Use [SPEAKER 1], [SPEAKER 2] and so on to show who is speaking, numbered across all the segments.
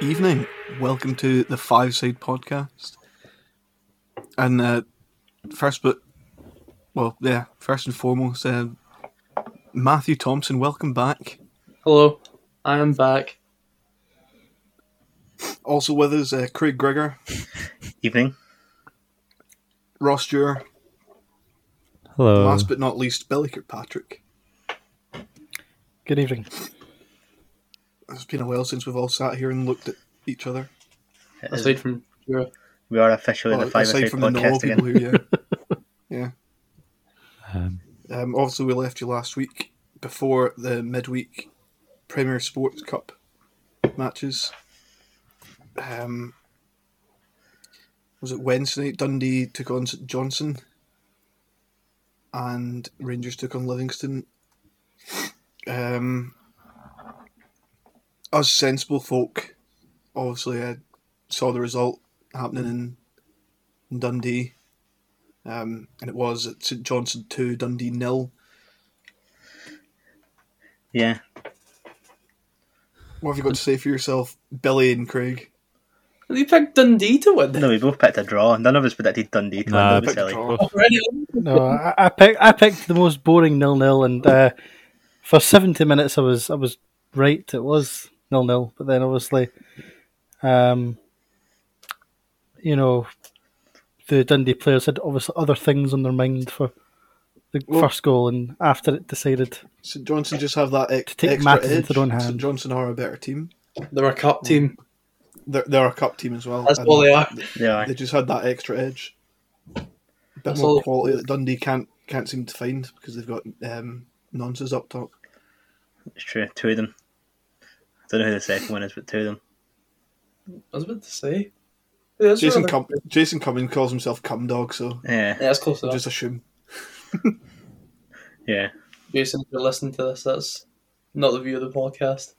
[SPEAKER 1] morning. Welcome to the Five Side Podcast. And uh, first, but well, yeah, first and foremost, uh, Matthew Thompson, welcome back.
[SPEAKER 2] Hello, I am back.
[SPEAKER 1] Also with us, uh, Craig Grigger,
[SPEAKER 3] Evening.
[SPEAKER 1] Ross Dewar,
[SPEAKER 4] Hello.
[SPEAKER 1] last but not least, Billy Kirkpatrick.
[SPEAKER 5] Good evening.
[SPEAKER 1] It's been a while since we've all sat here and looked at each other.
[SPEAKER 3] It is-
[SPEAKER 2] Aside from Jura,
[SPEAKER 3] we are officially
[SPEAKER 1] Well,
[SPEAKER 3] the Five
[SPEAKER 1] aside
[SPEAKER 3] Aside
[SPEAKER 1] Oh, from the normal
[SPEAKER 3] podcast
[SPEAKER 1] people
[SPEAKER 3] again.
[SPEAKER 1] here, yeah.
[SPEAKER 4] Um,
[SPEAKER 1] yeah. Um, obviously, we left you last week before the midweek Premier Sports Cup matches. Um, was it Wednesday night? Dundee took on St Johnson, and Rangers took on Livingston. Um, us sensible folk, obviously, uh, saw the result happening in, in Dundee, um, and it was at St Johnson two, Dundee nil.
[SPEAKER 3] Yeah.
[SPEAKER 1] What have you got to say for yourself, Billy and Craig?
[SPEAKER 2] you picked Dundee to win.
[SPEAKER 3] No, we both picked a draw. None of us predicted Dundee to
[SPEAKER 4] Nah,
[SPEAKER 3] win.
[SPEAKER 4] I
[SPEAKER 3] That was
[SPEAKER 1] Picked
[SPEAKER 3] silly.
[SPEAKER 1] draw.
[SPEAKER 2] Already?
[SPEAKER 5] No, I, I picked I picked the most boring nil nil, and uh, for seventy minutes I was I was right. It was nil nil, but then obviously, um, you know, the Dundee players had obviously other things on their mind for the
[SPEAKER 1] Well-
[SPEAKER 5] first goal, and after it decided
[SPEAKER 1] St Johnson just have that ex-
[SPEAKER 5] To take
[SPEAKER 1] extra
[SPEAKER 5] matters
[SPEAKER 1] edge.
[SPEAKER 5] into their own
[SPEAKER 1] St
[SPEAKER 5] hand.
[SPEAKER 1] Johnson are a better team.
[SPEAKER 2] They're a cup team.
[SPEAKER 1] They're, they're a cup team as well.
[SPEAKER 2] That's
[SPEAKER 1] and
[SPEAKER 2] all they are.
[SPEAKER 3] They are.
[SPEAKER 1] They just had that extra edge, bit
[SPEAKER 2] That's
[SPEAKER 1] more
[SPEAKER 2] all-
[SPEAKER 1] quality that Dundee can't can't seem to find because they've got um, nonsense up top.
[SPEAKER 3] It's true. Two of them. I don't know who the second one is, but two of them.
[SPEAKER 2] I was about to say. Yeah, that's
[SPEAKER 1] Jason
[SPEAKER 2] rather-
[SPEAKER 1] Cum- Jason Cummins calls himself Cum Dog, so
[SPEAKER 3] Yeah.
[SPEAKER 2] Yeah, that's close enough.
[SPEAKER 1] just assume.
[SPEAKER 3] Yeah.
[SPEAKER 2] Jason, if you're listening to this, that's not the view of the podcast.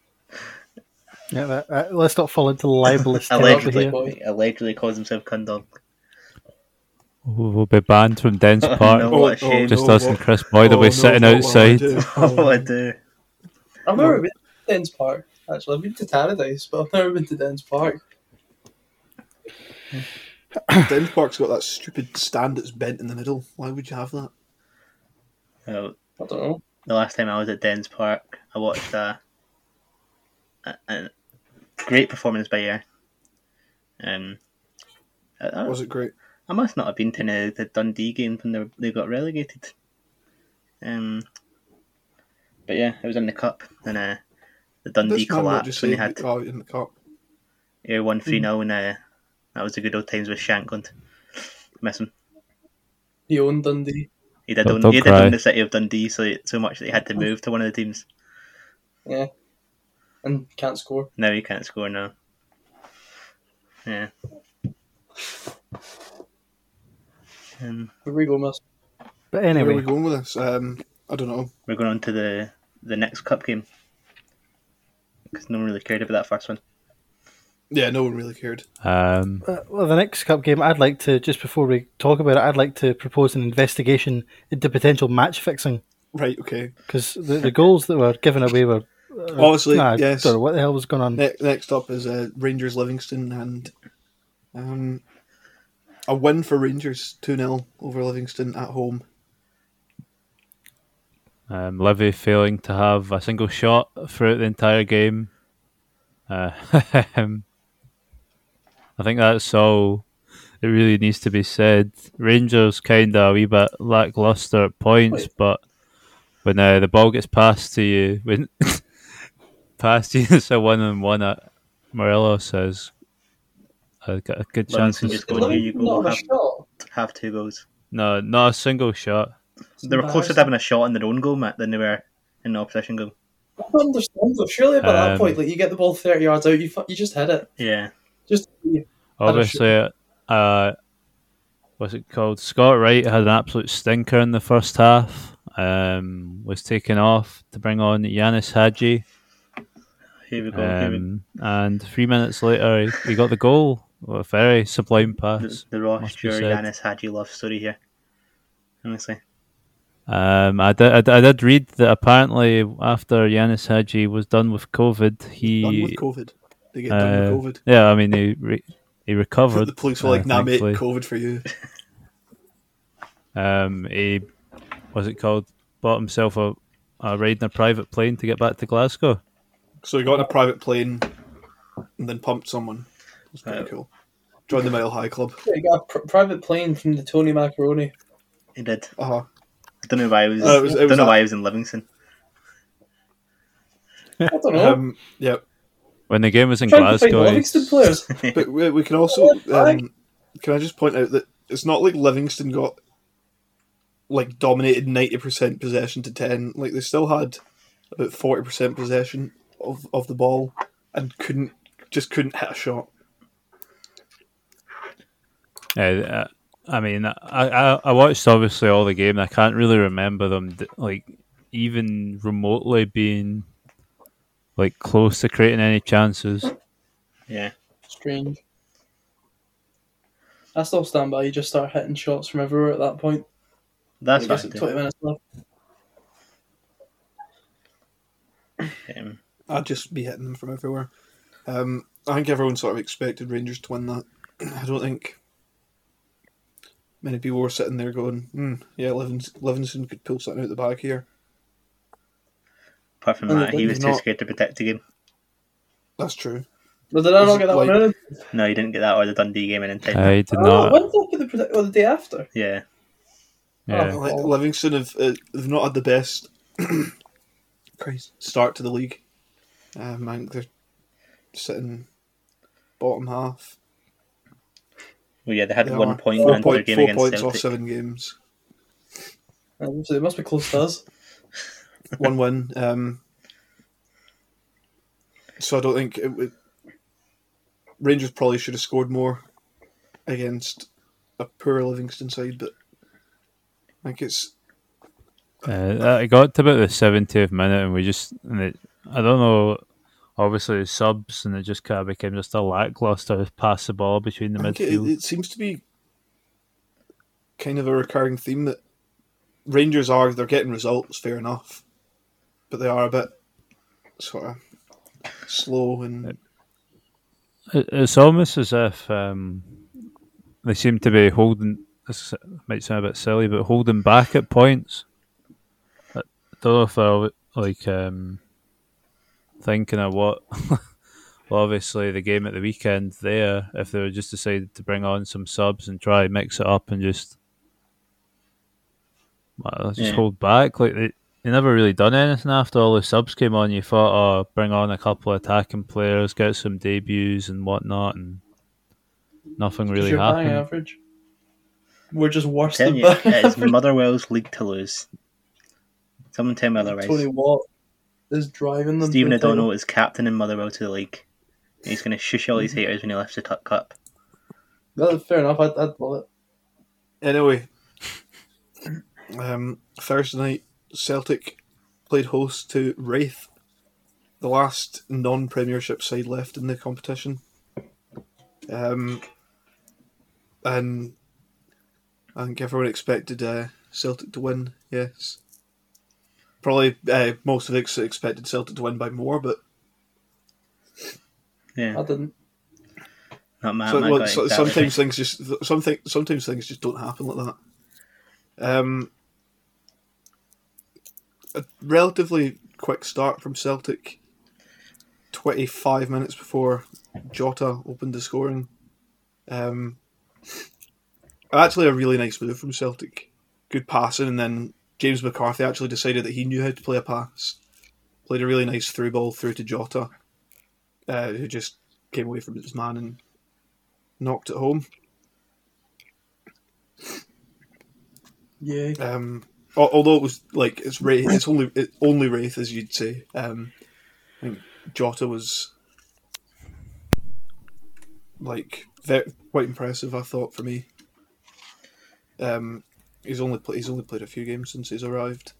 [SPEAKER 5] yeah, that, that, let's not fall into libelous territory
[SPEAKER 3] Allegedly.
[SPEAKER 5] here.
[SPEAKER 3] Allegedly calls himself Cundog.
[SPEAKER 4] we'll we'll be banned from Dens
[SPEAKER 3] Oh,
[SPEAKER 4] Park.
[SPEAKER 3] no. What a shame.
[SPEAKER 4] Just
[SPEAKER 1] no,
[SPEAKER 4] us and
[SPEAKER 1] what-
[SPEAKER 4] Chris Boyd
[SPEAKER 1] oh,
[SPEAKER 4] will be
[SPEAKER 1] no, what
[SPEAKER 4] sitting
[SPEAKER 1] will I
[SPEAKER 4] outside.
[SPEAKER 1] do?
[SPEAKER 3] Oh, what I do.
[SPEAKER 2] I've never been to Dens Park, actually. I've been to Tannadice, but I've never been to Dens Park.
[SPEAKER 1] Den Park's got that stupid stand that's bent in the middle. Why would you have that?
[SPEAKER 3] Oh,
[SPEAKER 2] I don't know.
[SPEAKER 3] the last time I was at Dens Park, I watched a, a, a great performance by Air. Um, I, I-
[SPEAKER 1] Was it great?
[SPEAKER 3] I must not have been to any of the Dundee games when they, were- they got relegated. Um, but yeah, it was in the cup, and uh, the Dundee
[SPEAKER 1] This man won't
[SPEAKER 3] collapsed
[SPEAKER 1] just
[SPEAKER 3] when
[SPEAKER 1] say
[SPEAKER 3] they had
[SPEAKER 1] oh, in the cup.
[SPEAKER 3] Air one three 0 and uh, that was the good old times with Shankland. Miss him.
[SPEAKER 2] He owned Dundee.
[SPEAKER 3] He did
[SPEAKER 4] Don't-
[SPEAKER 3] own,
[SPEAKER 4] don't
[SPEAKER 3] he did
[SPEAKER 4] cry.
[SPEAKER 3] own the city of Dundee so so much that he had to move to one of the teams.
[SPEAKER 2] Yeah. And can't score.
[SPEAKER 3] Now he can't score now. Yeah. Um,
[SPEAKER 2] Here we go, miss.
[SPEAKER 5] But
[SPEAKER 1] Where are we
[SPEAKER 5] anyway,
[SPEAKER 1] going with this? Um, I don't know.
[SPEAKER 3] we're going on to the the next cup game because no one really cared about that first one.
[SPEAKER 1] Yeah, no one really cared.
[SPEAKER 4] Um,
[SPEAKER 5] Uh, well, the next cup game, I'd like to just before we talk about it, I'd like to propose an investigation into potential match fixing
[SPEAKER 1] Right, okay.
[SPEAKER 5] because the, the goals that were given away were uh,
[SPEAKER 1] Obviously,
[SPEAKER 5] nah, I
[SPEAKER 1] yes.
[SPEAKER 5] don't know what the hell was going on.
[SPEAKER 1] Ne- next up is uh, Rangers Livingston and um, a win for Rangers 2 0 over Livingston at home.
[SPEAKER 4] um, Livy failing to have a single shot throughout the entire game. Uh, I think that's all that really needs to be said. Rangers kind of a wee bit lackluster at points, but when uh, the ball gets passed to you, when passed to you, it's a one on one at Morelos is a, g- a good chance
[SPEAKER 3] Livingston
[SPEAKER 4] of
[SPEAKER 3] just
[SPEAKER 2] Did
[SPEAKER 3] going,
[SPEAKER 4] scoring.
[SPEAKER 3] here you
[SPEAKER 2] Livingston not
[SPEAKER 3] go,
[SPEAKER 2] have a
[SPEAKER 3] have,
[SPEAKER 2] shot?
[SPEAKER 3] have two goals.
[SPEAKER 4] No, not a single shot.
[SPEAKER 3] They were closer to having a shot in their own goal, Matt, than they were in the opposition goal.
[SPEAKER 2] I don't understand though. Surely by that
[SPEAKER 4] Um,
[SPEAKER 2] point, like you get the ball thirty yards out, you fu- you just hit it.
[SPEAKER 3] Yeah,
[SPEAKER 2] Just
[SPEAKER 4] Obviously, uh, what's it called? Scott Wright had an absolute stinker in the first half. Um, was taken off to bring on Yanis Hadji,
[SPEAKER 3] here we go. here we
[SPEAKER 4] um, and three minutes later he- he got the goal. What a very sublime
[SPEAKER 3] The,
[SPEAKER 4] pass.
[SPEAKER 3] the Ross,
[SPEAKER 4] must be
[SPEAKER 3] Jure,
[SPEAKER 4] said.
[SPEAKER 3] Yanis, Hadji love story here. Honestly,
[SPEAKER 4] Um, I, did, I, did, I did read that apparently after Yanis Hadji was done with COVID,
[SPEAKER 1] Done with
[SPEAKER 4] he
[SPEAKER 1] COVID. They get done
[SPEAKER 4] Uh,
[SPEAKER 1] with COVID.
[SPEAKER 4] Yeah, I mean he re- he recovered.
[SPEAKER 1] the police were
[SPEAKER 4] uh,
[SPEAKER 1] like, "Nah, mate,
[SPEAKER 4] thankfully.
[SPEAKER 1] COVID for you."
[SPEAKER 4] Um, he was it called? Bought himself a, a ride in a private plane to get back to Glasgow.
[SPEAKER 1] So he got in a private plane and then pumped someone. It was pretty
[SPEAKER 3] Wow.
[SPEAKER 1] cool. Joined the Mile High Club.
[SPEAKER 2] Yeah, he got a pr- private plane from the Tony Macaroni.
[SPEAKER 3] He did.
[SPEAKER 1] Uh huh.
[SPEAKER 3] I don't know why he was.
[SPEAKER 1] Oh, it was- it
[SPEAKER 3] I don't
[SPEAKER 1] was
[SPEAKER 3] know
[SPEAKER 1] that-
[SPEAKER 3] why he was in Livingston.
[SPEAKER 2] I don't
[SPEAKER 6] Oh.
[SPEAKER 2] know.
[SPEAKER 1] Um, yeah,
[SPEAKER 4] When the game was in
[SPEAKER 2] trying to find
[SPEAKER 4] Glasgow, he-
[SPEAKER 2] Livingston players.
[SPEAKER 1] but we, we can also um, can I just point out that it's not like Livingston got like dominated ninety percent possession to ten. Like they still had about forty percent possession of of the ball and couldn't just couldn't hit a shot.
[SPEAKER 4] Yeah, uh, I I mean, I, I I watched obviously all the game. and I can't really remember them d- like even remotely being like close to creating any chances.
[SPEAKER 3] yeah,
[SPEAKER 2] Strange. I still stand by. You just start hitting shots from everywhere at that point.
[SPEAKER 3] that's
[SPEAKER 2] I
[SPEAKER 3] what
[SPEAKER 2] guess
[SPEAKER 3] I
[SPEAKER 2] at
[SPEAKER 3] do.
[SPEAKER 2] 20 minutes left.
[SPEAKER 3] Um,
[SPEAKER 1] I'd just be hitting them from everywhere. Um, I think everyone sort of expected Rangers to win that. I don't think many people were sitting there going, hmm, "Yeah, Livings- Livingston could pull something out the bag here."
[SPEAKER 3] apart from
[SPEAKER 2] And
[SPEAKER 3] that,
[SPEAKER 2] the
[SPEAKER 3] he was too
[SPEAKER 1] not-
[SPEAKER 3] scared to protect the game.
[SPEAKER 1] That's true.
[SPEAKER 2] But did I
[SPEAKER 1] Is
[SPEAKER 2] not
[SPEAKER 1] it
[SPEAKER 2] get that
[SPEAKER 1] like-
[SPEAKER 2] one in?
[SPEAKER 3] No, he didn't get that or the Dundee game in time.
[SPEAKER 4] I did
[SPEAKER 2] Oh,
[SPEAKER 4] not.
[SPEAKER 2] when did I get the, predict- or the day after?
[SPEAKER 3] yeah,
[SPEAKER 4] Yeah.
[SPEAKER 2] Oh.
[SPEAKER 1] Like, Livingston have uh, they've not had the best Christ, start to the league. Um, I think they're sitting bottom half.
[SPEAKER 3] well, yeah, they had
[SPEAKER 1] They
[SPEAKER 3] one
[SPEAKER 1] are
[SPEAKER 3] point
[SPEAKER 1] four
[SPEAKER 3] and their
[SPEAKER 1] point-
[SPEAKER 3] game
[SPEAKER 1] four
[SPEAKER 3] against
[SPEAKER 1] points
[SPEAKER 3] Celtic.
[SPEAKER 1] off seven games.
[SPEAKER 2] Um, So they must be close to us.
[SPEAKER 1] one win. Um, so I don't think it would. Rangers probably should have scored more against a poor Livingston side, but I think it's
[SPEAKER 4] Uh, it got to about the seventieth minute, and we just and it, I don't know. Obviously, the subs, and it just kind of became just a lackluster pass the ball between the
[SPEAKER 1] I think it,
[SPEAKER 4] midfield.
[SPEAKER 1] it seems to be kind of a recurring theme that Rangers are they're getting results, fair enough, but they are a bit sort of slow and
[SPEAKER 4] It- Uh, It's almost as if um, they seem to be holding. This might sound a bit silly, but holding back at points. I don't know if they're like um, thinking of what. well, obviously, the game at the weekend there. If they were just decided to bring on some subs and try mix it up and just well, let's just
[SPEAKER 3] Yeah.
[SPEAKER 4] hold back, like they, they never really done anything after all the subs came on. You thought, oh, bring on a couple of attacking players, get some debuts and whatnot, and nothing really
[SPEAKER 2] your batting
[SPEAKER 4] happened.
[SPEAKER 2] average. We're just worse
[SPEAKER 3] Tell
[SPEAKER 2] than
[SPEAKER 3] you,
[SPEAKER 2] batting
[SPEAKER 3] it is
[SPEAKER 2] average.
[SPEAKER 3] Motherwell's league to lose. Someone tell me otherwise.
[SPEAKER 2] Tony Watt is driving them. to
[SPEAKER 3] Stephen
[SPEAKER 2] the title.
[SPEAKER 3] O'Donnell is captain in Motherwell to the league. And He's going to shush all
[SPEAKER 1] Mm-hmm.
[SPEAKER 3] his haters when he lifts the Tuck Cup.
[SPEAKER 2] No, fair enough. I'd, I'd love it.
[SPEAKER 1] Anyway, um, Thursday night, Celtic played host to Wraith, the last non Premiership side left in the competition. Um, and I think everyone expected uh, Celtic to win, yes. Probably uh, most of us expected Celtic to win by more, but
[SPEAKER 3] Yeah,
[SPEAKER 2] I didn't.
[SPEAKER 3] not Matt.
[SPEAKER 1] So,
[SPEAKER 3] Matt
[SPEAKER 1] well,
[SPEAKER 3] got
[SPEAKER 1] so-
[SPEAKER 3] it exactly
[SPEAKER 1] sometimes things just something sometimes things just don't happen like that. Um, a relatively quick start from Celtic. Twenty-five minutes before Jota opened the scoring. Um, actually, a really nice move from Celtic. Good passing, and then James McCarthy actually decided that he knew how to play a pass. Played a really nice through ball through to Jota, uh, who just came away from his man and knocked it home.
[SPEAKER 2] Yeah.
[SPEAKER 1] Um, al- although it was like it's Wraith, it's only it, only Wraith as you'd say. Um, I think Jota was like very, quite impressive. I thought for me. Um, he's only pla he's only played a few games since he's arrived.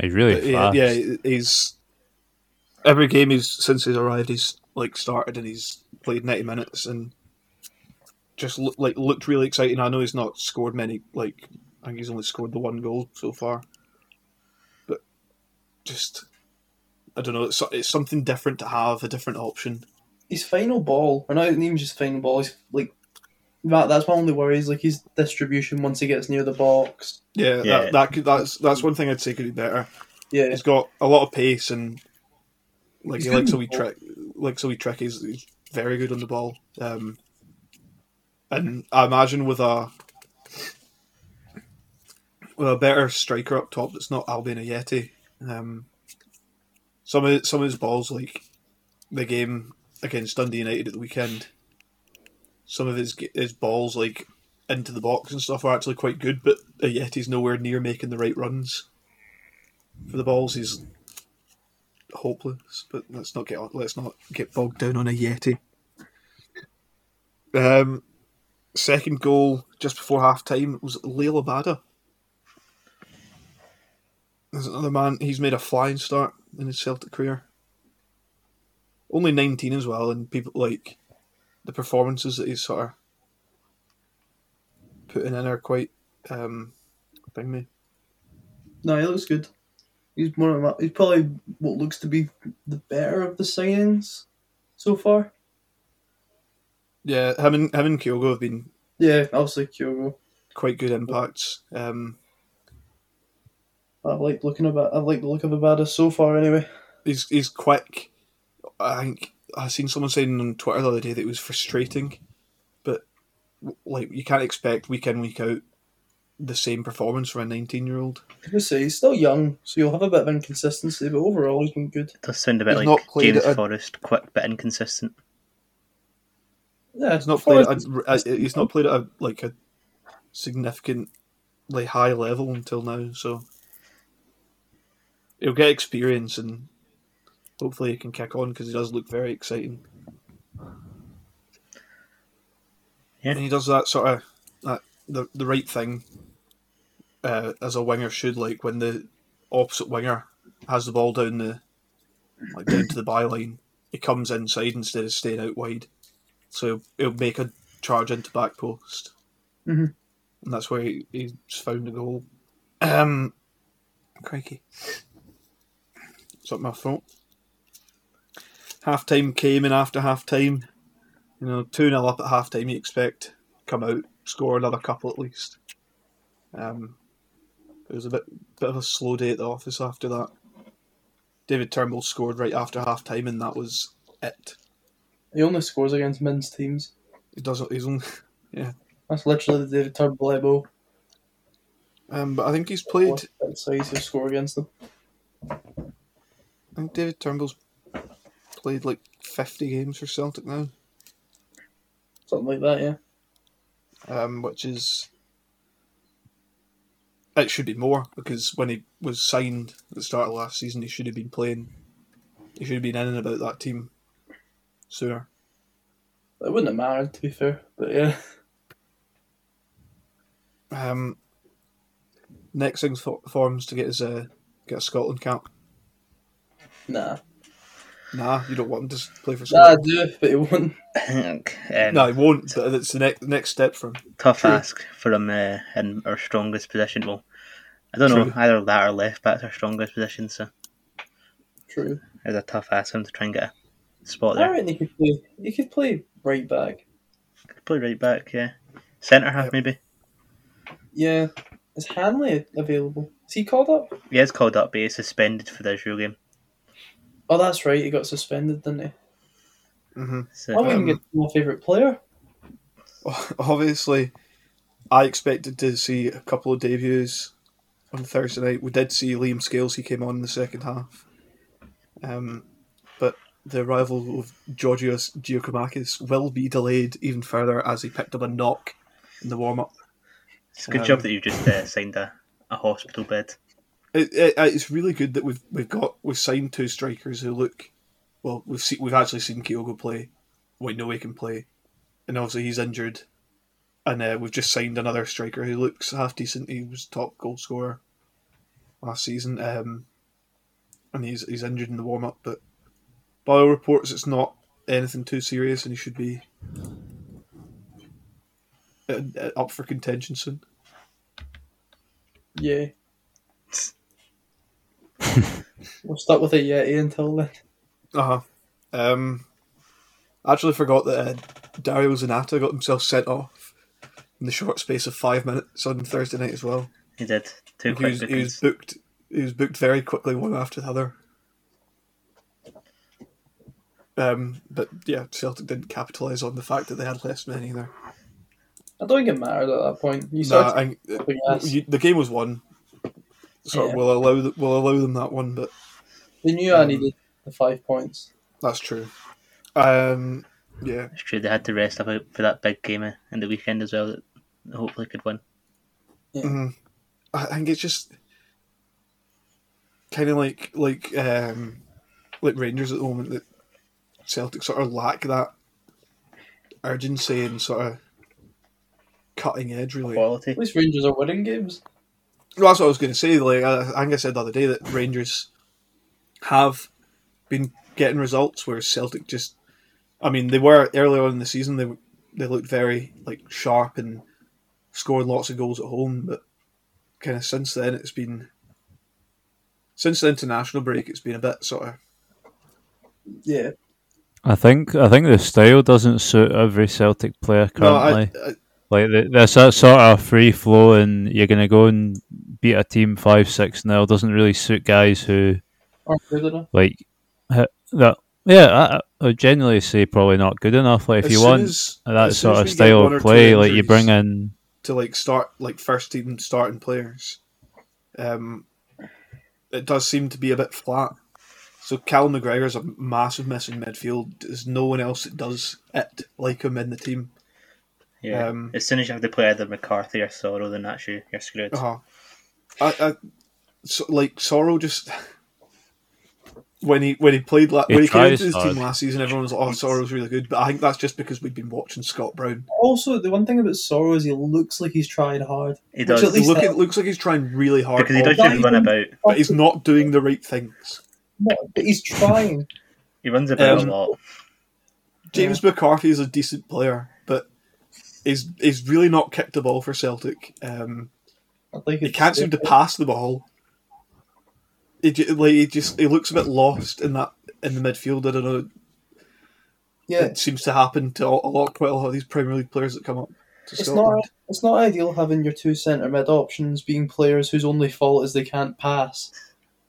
[SPEAKER 4] He's really
[SPEAKER 1] But he-
[SPEAKER 4] fast.
[SPEAKER 1] Uh, yeah, he's every game he's since he's arrived, he's like started and he's played ninety minutes and just look, like looked really exciting. I know he's not scored many. Like I think he's only scored the one goal so far, but just I don't know. It's, so- it's something different to have a different option.
[SPEAKER 6] his final ball, or not even just final ball, he's like that. That's my only worry is like his distribution once he gets near the box.
[SPEAKER 1] Yeah,
[SPEAKER 3] Yeah.
[SPEAKER 1] That, that could, that's that's one thing I'd say could be better.
[SPEAKER 6] Yeah,
[SPEAKER 1] He's got a lot of pace and like
[SPEAKER 6] He's
[SPEAKER 1] he
[SPEAKER 6] good
[SPEAKER 1] likes a
[SPEAKER 6] on
[SPEAKER 1] wee
[SPEAKER 6] the
[SPEAKER 1] trick. Likes a wee trick. He's, he's very good on the ball. Um, and I imagine with a with a better striker up top, that's not Albion Yeti. Um, some of some of his balls, like the game against Dundee United at the weekend, some of his his balls like into the box and stuff are actually quite good. But a Yeti's nowhere near making the right runs for the balls. He's hopeless. But let's not get on, let's not get bogged down on a Yeti. Um, second goal just before half time was Leila Bada. There's another man. He's made a flying start in his Celtic career. Only 19 as well, and people like the performances that he's sort of putting in are quite um, thing me.
[SPEAKER 6] no, he looks good. He's one of my, he's probably what looks to be the better of the signings so far.
[SPEAKER 1] Yeah, him and him and Kyogo have been
[SPEAKER 6] Yeah, obviously Kyogo.
[SPEAKER 1] quite good impacts. Um,
[SPEAKER 6] I've liked looking about. I've liked the look of Abada so far. Anyway,
[SPEAKER 1] he's he's quick. I think I seen someone saying on Twitter the other day that it was frustrating, but w- like you can't expect week in week out the same performance from a nineteen year old.
[SPEAKER 6] I was say he's still young, so you'll have a bit of inconsistency, but overall he's been good.
[SPEAKER 3] does sound a bit
[SPEAKER 1] He's
[SPEAKER 3] like
[SPEAKER 1] not played
[SPEAKER 3] James
[SPEAKER 1] at a-
[SPEAKER 3] Forrest, quick but inconsistent.
[SPEAKER 6] Yeah,
[SPEAKER 1] He's not played. At a, he's not played at a, like a significantly high level until now, so he'll get experience and hopefully he can kick on because he does look very exciting.
[SPEAKER 3] Yeah.
[SPEAKER 1] and he does that sort of that the the right thing uh, as a winger should like when the opposite winger has the ball down the like down to the byline, he comes inside instead of staying out wide. So he'll, he'll make a charge into back post,
[SPEAKER 6] Mhm.
[SPEAKER 1] and that's where he, he's found the goal. Um, crikey, it's up my throat. Half time came in after half time. You know, 2 0 up at half time, you expect come out, score another couple at least. Um, it was a bit, bit of a slow day at the office after that. David Turnbull scored right after half time, and that was it.
[SPEAKER 6] He only scores against men's teams.
[SPEAKER 1] It doesn't. He's only,
[SPEAKER 6] That's literally the David Turnbull elbow.
[SPEAKER 1] um, but I think he's played.
[SPEAKER 6] That size he'll score against them.
[SPEAKER 1] I think David Turnbull's played like fifty games for Celtic now,
[SPEAKER 6] Something like that, yeah.
[SPEAKER 1] um, which is it should be more because when he was signed at the start of last season, he should have been playing. He should have been in and about that team sooner.
[SPEAKER 6] It wouldn't have mattered, to be fair. But yeah,
[SPEAKER 1] Um, next thing for, for him is to get his uh, get a Scotland cap.
[SPEAKER 6] nah.
[SPEAKER 1] Nah, you don't want him to s- play for
[SPEAKER 6] Nah, I
[SPEAKER 1] Scotland.
[SPEAKER 6] do, but it wouldn't.
[SPEAKER 3] I think um,
[SPEAKER 1] No, he won't. But it's the next the next step for him.
[SPEAKER 3] tough
[SPEAKER 6] true.
[SPEAKER 3] ask for him uh, in our strongest position. Well, I don't know
[SPEAKER 1] True.
[SPEAKER 3] either that or left back's our strongest position, so
[SPEAKER 6] True.
[SPEAKER 3] it's a tough ask for him to try and get a spot
[SPEAKER 6] I
[SPEAKER 3] there.
[SPEAKER 6] reckon he could play. He could play right back.
[SPEAKER 3] Could Play right back, yeah. Centre half
[SPEAKER 1] Yep.
[SPEAKER 3] maybe.
[SPEAKER 6] Yeah. Is Hanley available? Is he called up?
[SPEAKER 3] He is called up, but he's suspended for the Israel game.
[SPEAKER 6] Oh, that's right. He got suspended, didn't he?
[SPEAKER 1] hmm
[SPEAKER 3] So
[SPEAKER 6] I wouldn't
[SPEAKER 1] Um,
[SPEAKER 6] get my favourite player.
[SPEAKER 1] Obviously, I expected to see a couple of debuts on Thursday night. We did see Liam Scales. He came on in the second half. Um, but the arrival of Georgios Giacomakis will be delayed even further as he picked up a knock in the warm up.
[SPEAKER 3] it's a good
[SPEAKER 1] um,
[SPEAKER 3] job that you just uh, signed a, a hospital bed.
[SPEAKER 1] It, it, it's really good that we've we've got we've signed two strikers who look well. We've seen we've actually seen Kyogo play. We know he can play, and obviously he's injured. And uh, we've just signed another striker who looks half decent. He was top goal scorer last season, um, and he's he's injured in the warm up. But by all reports, it's not anything too serious, and he should be uh, uh, up for contention soon.
[SPEAKER 6] Yeah.
[SPEAKER 2] We're stuck with a
[SPEAKER 6] eh,
[SPEAKER 2] Yeti until then.
[SPEAKER 1] Uh huh. Um, I actually forgot that uh, Dario Zanata got himself sent off in the short space of five minutes on Thursday night as well.
[SPEAKER 3] He did. Too
[SPEAKER 1] He
[SPEAKER 3] quick
[SPEAKER 1] was, he was
[SPEAKER 3] because
[SPEAKER 1] booked. He was booked very quickly, one after the other. Um, but yeah, Celtic didn't capitalise on the fact that they had less men either.
[SPEAKER 2] I don't get mad at that point. You
[SPEAKER 1] Nah,
[SPEAKER 2] start
[SPEAKER 1] I,
[SPEAKER 2] to yes.
[SPEAKER 1] you, the game was won, so
[SPEAKER 2] Yeah.
[SPEAKER 1] we'll allow th- we'll allow them that one. But
[SPEAKER 2] They knew I needed the five points.
[SPEAKER 1] that's true. Um, yeah,
[SPEAKER 3] it's true they had to rest up for that big game in the weekend as well that they hopefully could win.
[SPEAKER 1] Mhm. I I think it's just kind of like like um, like Rangers at the moment that Celtic sort of lack that urgency and sort of cutting edge. Really, well,
[SPEAKER 3] Quality.
[SPEAKER 2] At least Rangers are winning games.
[SPEAKER 1] that's what I was going to say. Like I, I think I said the other day that Rangers have been getting results where Celtic just, I mean, they were earlier on in the season. They were- they looked very like sharp and scored lots of goals at home, but kind of since then it's been since the international break it's been a bit sort of
[SPEAKER 2] Yeah.
[SPEAKER 4] I think I think the style doesn't suit every Celtic player
[SPEAKER 1] no, I,
[SPEAKER 4] currently.
[SPEAKER 1] I,
[SPEAKER 4] Like th- there's that sort of free flow, and you're gonna go and beat a team five six nil doesn't really suit guys who
[SPEAKER 2] Aren't good enough.
[SPEAKER 4] like h- that. Yeah, I, I would generally say probably not good enough. Like if
[SPEAKER 1] as
[SPEAKER 4] you
[SPEAKER 1] soon
[SPEAKER 4] want
[SPEAKER 1] as-
[SPEAKER 4] that
[SPEAKER 1] as soon
[SPEAKER 4] sort
[SPEAKER 1] as
[SPEAKER 4] of
[SPEAKER 1] we get
[SPEAKER 4] style
[SPEAKER 1] one or
[SPEAKER 4] of
[SPEAKER 1] two
[SPEAKER 4] play, like you
[SPEAKER 1] injuries
[SPEAKER 4] bring in
[SPEAKER 1] to like start like first team starting players, um, it does seem to be a bit flat. So Cal McGregor's a massive miss in midfield. There's no one else that does it like him in the team.
[SPEAKER 3] Yeah.
[SPEAKER 1] Um,
[SPEAKER 3] as soon as you have to play either McCarthy or Sorrow, then that's you. You're screwed.
[SPEAKER 1] Uh-huh. I, I, so, like Sorrow just when he when he played la-
[SPEAKER 4] He
[SPEAKER 1] when he came
[SPEAKER 4] tries
[SPEAKER 1] into his
[SPEAKER 4] hard.
[SPEAKER 1] team last season, everyone was like, "Oh, Sorrow's really good," but I think that's just because we've been watching Scott Brown.
[SPEAKER 2] Also, the one thing about Sorrow is he looks like he's trying hard.
[SPEAKER 3] He
[SPEAKER 2] Which
[SPEAKER 3] does.
[SPEAKER 2] at least
[SPEAKER 1] Look,
[SPEAKER 2] that-
[SPEAKER 1] it looks like he's trying really hard,
[SPEAKER 3] because he
[SPEAKER 1] all-
[SPEAKER 3] does
[SPEAKER 2] Why
[SPEAKER 3] just run
[SPEAKER 2] even-
[SPEAKER 3] about.
[SPEAKER 1] but he's not doing the right things.
[SPEAKER 2] No, but he's trying.
[SPEAKER 3] He runs about
[SPEAKER 1] Um,
[SPEAKER 3] a lot.
[SPEAKER 1] James McCarthy is a decent player, but he's he's really not kicked the ball for Celtic. Um,
[SPEAKER 2] I think
[SPEAKER 1] he can't seem to pass the ball. He, ju- like, he just he looks a bit lost in that in the midfield. I don't know.
[SPEAKER 2] Yeah,
[SPEAKER 1] It seems to happen to a lot quite a lot of these Premier League players that come up. To
[SPEAKER 2] it's not
[SPEAKER 1] Scotland.
[SPEAKER 2] it's not ideal having your two centre mid options being players whose only fault is they can't pass.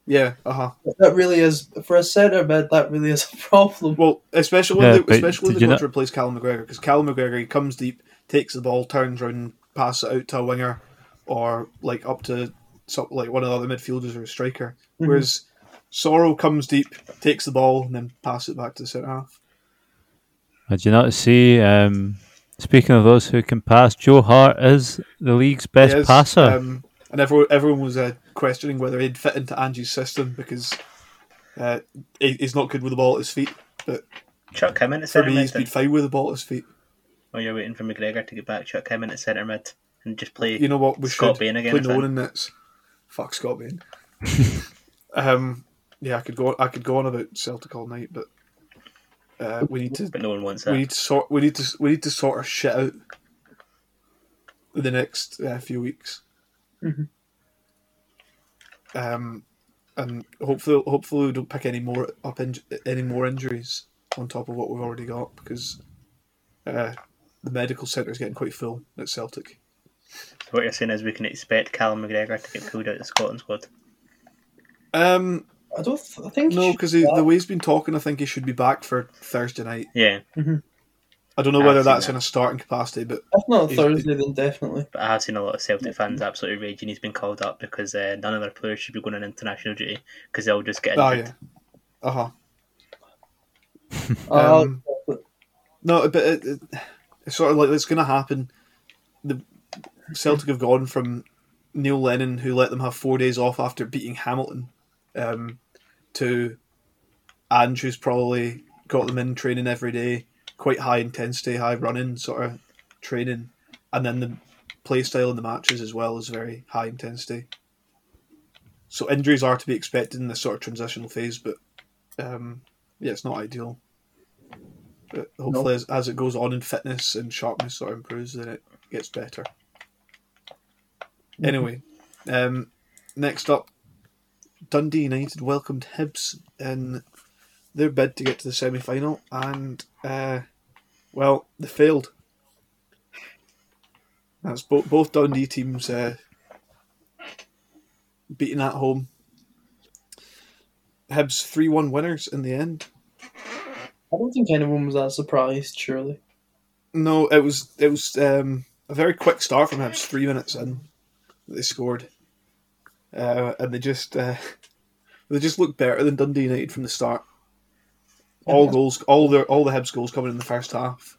[SPEAKER 1] Yeah. Uh huh.
[SPEAKER 2] That really is for a centre mid. That really is a problem.
[SPEAKER 1] Well, especially
[SPEAKER 4] Yeah,
[SPEAKER 1] when
[SPEAKER 4] but
[SPEAKER 1] they, especially when
[SPEAKER 4] did
[SPEAKER 1] they
[SPEAKER 4] you
[SPEAKER 1] go
[SPEAKER 4] not-
[SPEAKER 1] to replace Callum McGregor because Callum McGregor he comes deep, takes the ball, turns round, passes it out to a winger, or like up to some, like one of the other midfielders or a striker.
[SPEAKER 2] Mhm.
[SPEAKER 1] Whereas Sorrow comes deep, takes the ball, and then passes it back to the centre half.
[SPEAKER 4] Did Uh, you not see? Um, speaking of those who can pass, Joe Hart is the league's best
[SPEAKER 1] Yes,
[SPEAKER 4] passer.
[SPEAKER 1] Um, and everyone, everyone was uh, questioning whether he'd fit into Angie's system because uh, he, he's not good with the ball at his feet.
[SPEAKER 3] Chuck him in at
[SPEAKER 1] For
[SPEAKER 3] centre
[SPEAKER 1] me, he's
[SPEAKER 3] mid.
[SPEAKER 1] been
[SPEAKER 3] then.
[SPEAKER 1] fine with the ball at his feet.
[SPEAKER 3] While you're waiting for McGregor to get back, chuck him in at centre mid and just play.
[SPEAKER 1] You know what? We
[SPEAKER 3] Scott
[SPEAKER 1] should
[SPEAKER 3] Bain again,
[SPEAKER 1] play
[SPEAKER 3] I
[SPEAKER 1] no one
[SPEAKER 3] think.
[SPEAKER 1] in nets. Fuck Scott Bain. um, yeah, I could go. I could go on about Celtic all night, but uh, we need to.
[SPEAKER 3] but no one wants
[SPEAKER 1] We
[SPEAKER 3] that.
[SPEAKER 1] need to sort. We need to. We need to sort our shit out in the next uh, few weeks.
[SPEAKER 2] Mhm.
[SPEAKER 1] Um, and hopefully, hopefully we don't pick any more up in, any more injuries on top of what we've already got because uh, the medical centre is getting quite full at Celtic.
[SPEAKER 3] So what you're saying is we can expect Callum McGregor to get pulled out of the Scotland squad.
[SPEAKER 1] Um,
[SPEAKER 2] I don't. Th- I think
[SPEAKER 1] No,
[SPEAKER 2] he
[SPEAKER 1] because
[SPEAKER 2] should be
[SPEAKER 1] the
[SPEAKER 2] back.
[SPEAKER 1] way he's been talking, I think he should be back for Thursday night.
[SPEAKER 3] Yeah,
[SPEAKER 1] I don't know
[SPEAKER 3] I've
[SPEAKER 1] whether
[SPEAKER 3] seen
[SPEAKER 1] that's
[SPEAKER 3] that.
[SPEAKER 1] in a starting capacity, but
[SPEAKER 2] if not
[SPEAKER 1] he's-
[SPEAKER 2] Thursday, then definitely.
[SPEAKER 3] but I have seen a lot of
[SPEAKER 1] Mm-hmm.
[SPEAKER 3] Celtic fans absolutely raging. He's been called up because uh, none of their players should be going on international duty because they'll just get
[SPEAKER 1] oh
[SPEAKER 3] injured.
[SPEAKER 1] yeah, uh huh.
[SPEAKER 2] I'll-
[SPEAKER 1] Um, No, but it, it, it's sort of like it's going to happen. The Celtic have gone from Neil Lennon, who let them have four days off after beating Hamilton, um, to Ange, who's probably got them in training every day, quite high intensity, high running sort of training, and then the play style in the matches as well is very high intensity. So injuries are to be expected in this sort of transitional phase, but um, yeah, it's not ideal. But hopefully, as, as it goes on in fitness and sharpness sort of improves, then it gets better. Anyway, um, next up, Dundee United welcomed Hibs in their bid to get to the semi final, and uh, well, they failed. That's both both Dundee teams uh, beaten at home. Hibs three one winners in the end.
[SPEAKER 2] I don't think anyone was that surprised, surely.
[SPEAKER 1] No, it was it was um, a very quick start from Hibs. Three minutes in, they scored, uh, and they just uh, they just looked better than Dundee United from the start. All goals, all their all the Hibs goals coming in the first half.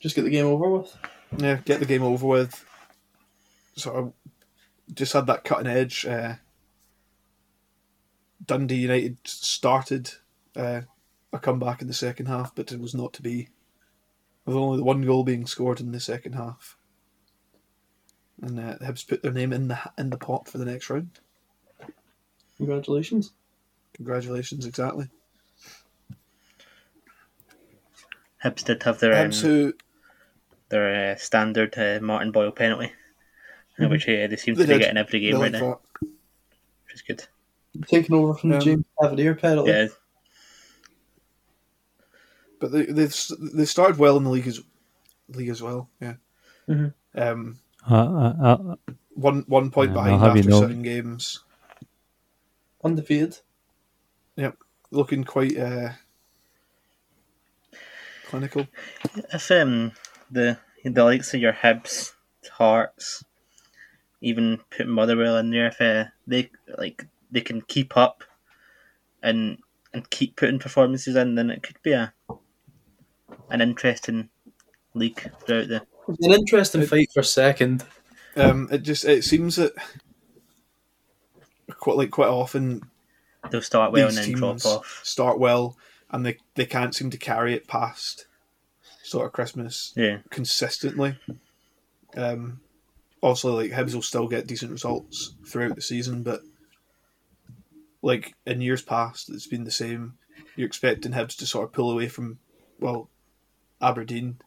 [SPEAKER 2] Just get the game over with.
[SPEAKER 1] Yeah, get the game over with. Sort of just had that cutting edge. Uh, Dundee United started uh, a comeback in the second half, but it was not to be. With only the one goal being scored in the second half, and uh, Hibs put their name in the in the pot for the next round.
[SPEAKER 2] Congratulations.
[SPEAKER 1] Congratulations, exactly.
[SPEAKER 3] Hibs did have their um,
[SPEAKER 1] Hibs who
[SPEAKER 3] their uh, standard uh, Martin Boyle penalty, uh, which uh, they seem
[SPEAKER 1] Mm-hmm.
[SPEAKER 3] to
[SPEAKER 1] They
[SPEAKER 3] be
[SPEAKER 1] did.
[SPEAKER 3] getting every
[SPEAKER 1] they
[SPEAKER 3] game right
[SPEAKER 1] like
[SPEAKER 3] now,
[SPEAKER 1] that.
[SPEAKER 3] which is good.
[SPEAKER 2] Taking over from the
[SPEAKER 1] Um,
[SPEAKER 2] James Cavalier penalty.
[SPEAKER 3] Yeah,
[SPEAKER 1] but they they they started well in the league as league as well. Yeah.
[SPEAKER 2] Mhm.
[SPEAKER 1] Um,
[SPEAKER 4] Uh, uh, uh,
[SPEAKER 1] one one point
[SPEAKER 4] Yeah, I'll
[SPEAKER 1] behind
[SPEAKER 4] have you
[SPEAKER 1] after
[SPEAKER 4] know.
[SPEAKER 1] seven games,
[SPEAKER 2] Undefeated.
[SPEAKER 1] looking quite uh, clinical.
[SPEAKER 3] if um the the likes of your Hibs, Hearts, even put Motherwell in there, if uh, they like they can keep up, and and keep putting performances in, then it could be a an interesting league throughout the.
[SPEAKER 2] It was an interesting fight for second.
[SPEAKER 1] Um, it just it seems that quite like quite often
[SPEAKER 3] They'll start well
[SPEAKER 1] these
[SPEAKER 3] and then
[SPEAKER 1] teams
[SPEAKER 3] drop off.
[SPEAKER 1] start well and they they can't seem to carry it past sort of Christmas
[SPEAKER 3] Yeah,
[SPEAKER 1] consistently. Um, also, like Hibs will still get decent results throughout the season, but like in years past, it's been the same. You're expecting Hibs to sort of pull away from, well, Aberdeen,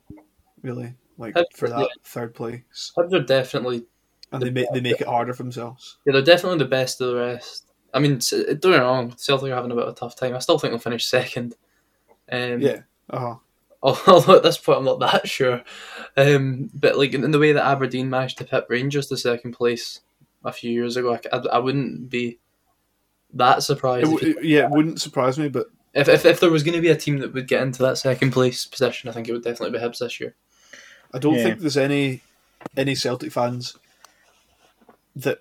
[SPEAKER 1] really, like
[SPEAKER 6] Hibs,
[SPEAKER 1] for that
[SPEAKER 6] yeah.
[SPEAKER 1] third place,
[SPEAKER 6] Hibs are definitely
[SPEAKER 1] and they make they make it harder for themselves.
[SPEAKER 6] yeah, they're definitely the best of the rest. I mean, s- uh, don't get me wrong, Celtic are having a bit of a tough time. I still think they'll finish second. Um,
[SPEAKER 1] Yeah. Uh-huh.
[SPEAKER 6] Although at this point I'm not that sure. Um, but like in, in the way that Aberdeen managed to pip Rangers to second place a few years ago, I, c- I- I wouldn't be that
[SPEAKER 1] It
[SPEAKER 6] surprised if,
[SPEAKER 1] w- it- yeah, it wouldn't surprise me, but
[SPEAKER 6] if, if, if there was going to be a team that would get into that second place position. I think it would definitely be Hibs this year.
[SPEAKER 1] I don't
[SPEAKER 3] Yeah.
[SPEAKER 1] think there's any any Celtic fans that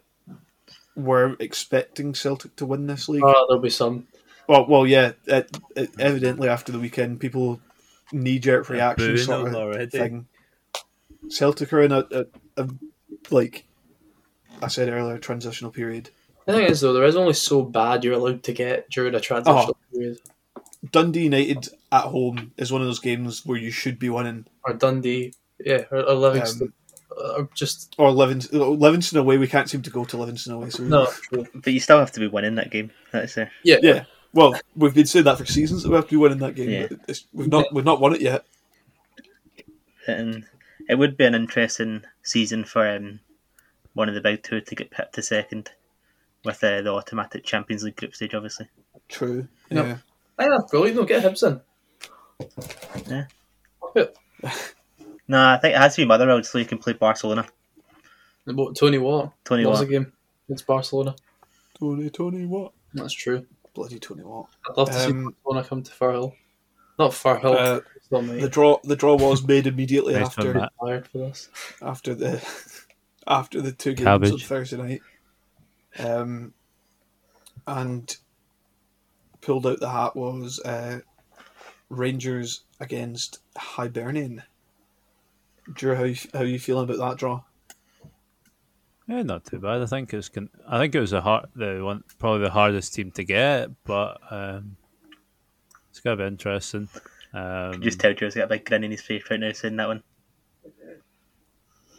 [SPEAKER 1] were expecting Celtic to win this league.
[SPEAKER 6] Oh, there'll be some.
[SPEAKER 1] Well, well, yeah. It, it, evidently, after the weekend, people knee-jerk reaction
[SPEAKER 7] booing
[SPEAKER 1] sort
[SPEAKER 7] them
[SPEAKER 1] of
[SPEAKER 7] already.
[SPEAKER 1] thing. Celtic are in a, a, a like I said earlier, transitional period.
[SPEAKER 6] The thing is, though, there is only so bad you're allowed to get during a transitional
[SPEAKER 1] Oh.
[SPEAKER 6] period.
[SPEAKER 1] Dundee United at home is one of those games where you should be winning.
[SPEAKER 6] Or Dundee, yeah, or, or Livingston,
[SPEAKER 1] Um,
[SPEAKER 6] or uh, just
[SPEAKER 1] or Livingston, Livingston away, we can't seem to go to Livingston away. So
[SPEAKER 6] no.
[SPEAKER 3] but you still have to be winning that game. That's it.
[SPEAKER 6] Yeah,
[SPEAKER 1] yeah. Well, we've been saying that for seasons that we have to be winning that game.
[SPEAKER 3] Yeah.
[SPEAKER 1] but It's, we've not we've not won it yet.
[SPEAKER 3] and it would be an interesting season for um, one of the big two to get pipped to second with uh, the automatic Champions League group stage, obviously.
[SPEAKER 1] True.
[SPEAKER 6] No.
[SPEAKER 1] Yeah.
[SPEAKER 6] Aye, that's brilliant. No, get Hibs in.
[SPEAKER 3] Yeah.
[SPEAKER 6] Fuck it.
[SPEAKER 3] No, I think it has to be Motherwell so you can play Barcelona.
[SPEAKER 6] But Tony Watt
[SPEAKER 3] Tony
[SPEAKER 6] loves the
[SPEAKER 3] Watt.
[SPEAKER 6] game. It's Barcelona.
[SPEAKER 1] Tony, Tony, what?
[SPEAKER 6] That's true.
[SPEAKER 1] Bloody Tony, what?
[SPEAKER 6] I'd love to see
[SPEAKER 1] Um,
[SPEAKER 6] Barcelona come to Firhill. Not Firhill.
[SPEAKER 1] Uh,
[SPEAKER 6] Uh,
[SPEAKER 1] The
[SPEAKER 6] mate.
[SPEAKER 1] draw the draw was made immediately
[SPEAKER 4] based on
[SPEAKER 1] after
[SPEAKER 4] that.
[SPEAKER 6] Tired for this.
[SPEAKER 1] after the after the two games on
[SPEAKER 4] Cabbage.
[SPEAKER 1] Thursday night, um, and pulled out the hat was uh, Rangers against Hibernian. Drew, how you, how you feeling about that draw?
[SPEAKER 4] Yeah, not too bad. I think it's. Con- I think it was a hard, the one, probably the hardest team to get, but um, it's gonna be interesting. Um,
[SPEAKER 3] You just tell Joe's got a big grin in his face right now saying that one.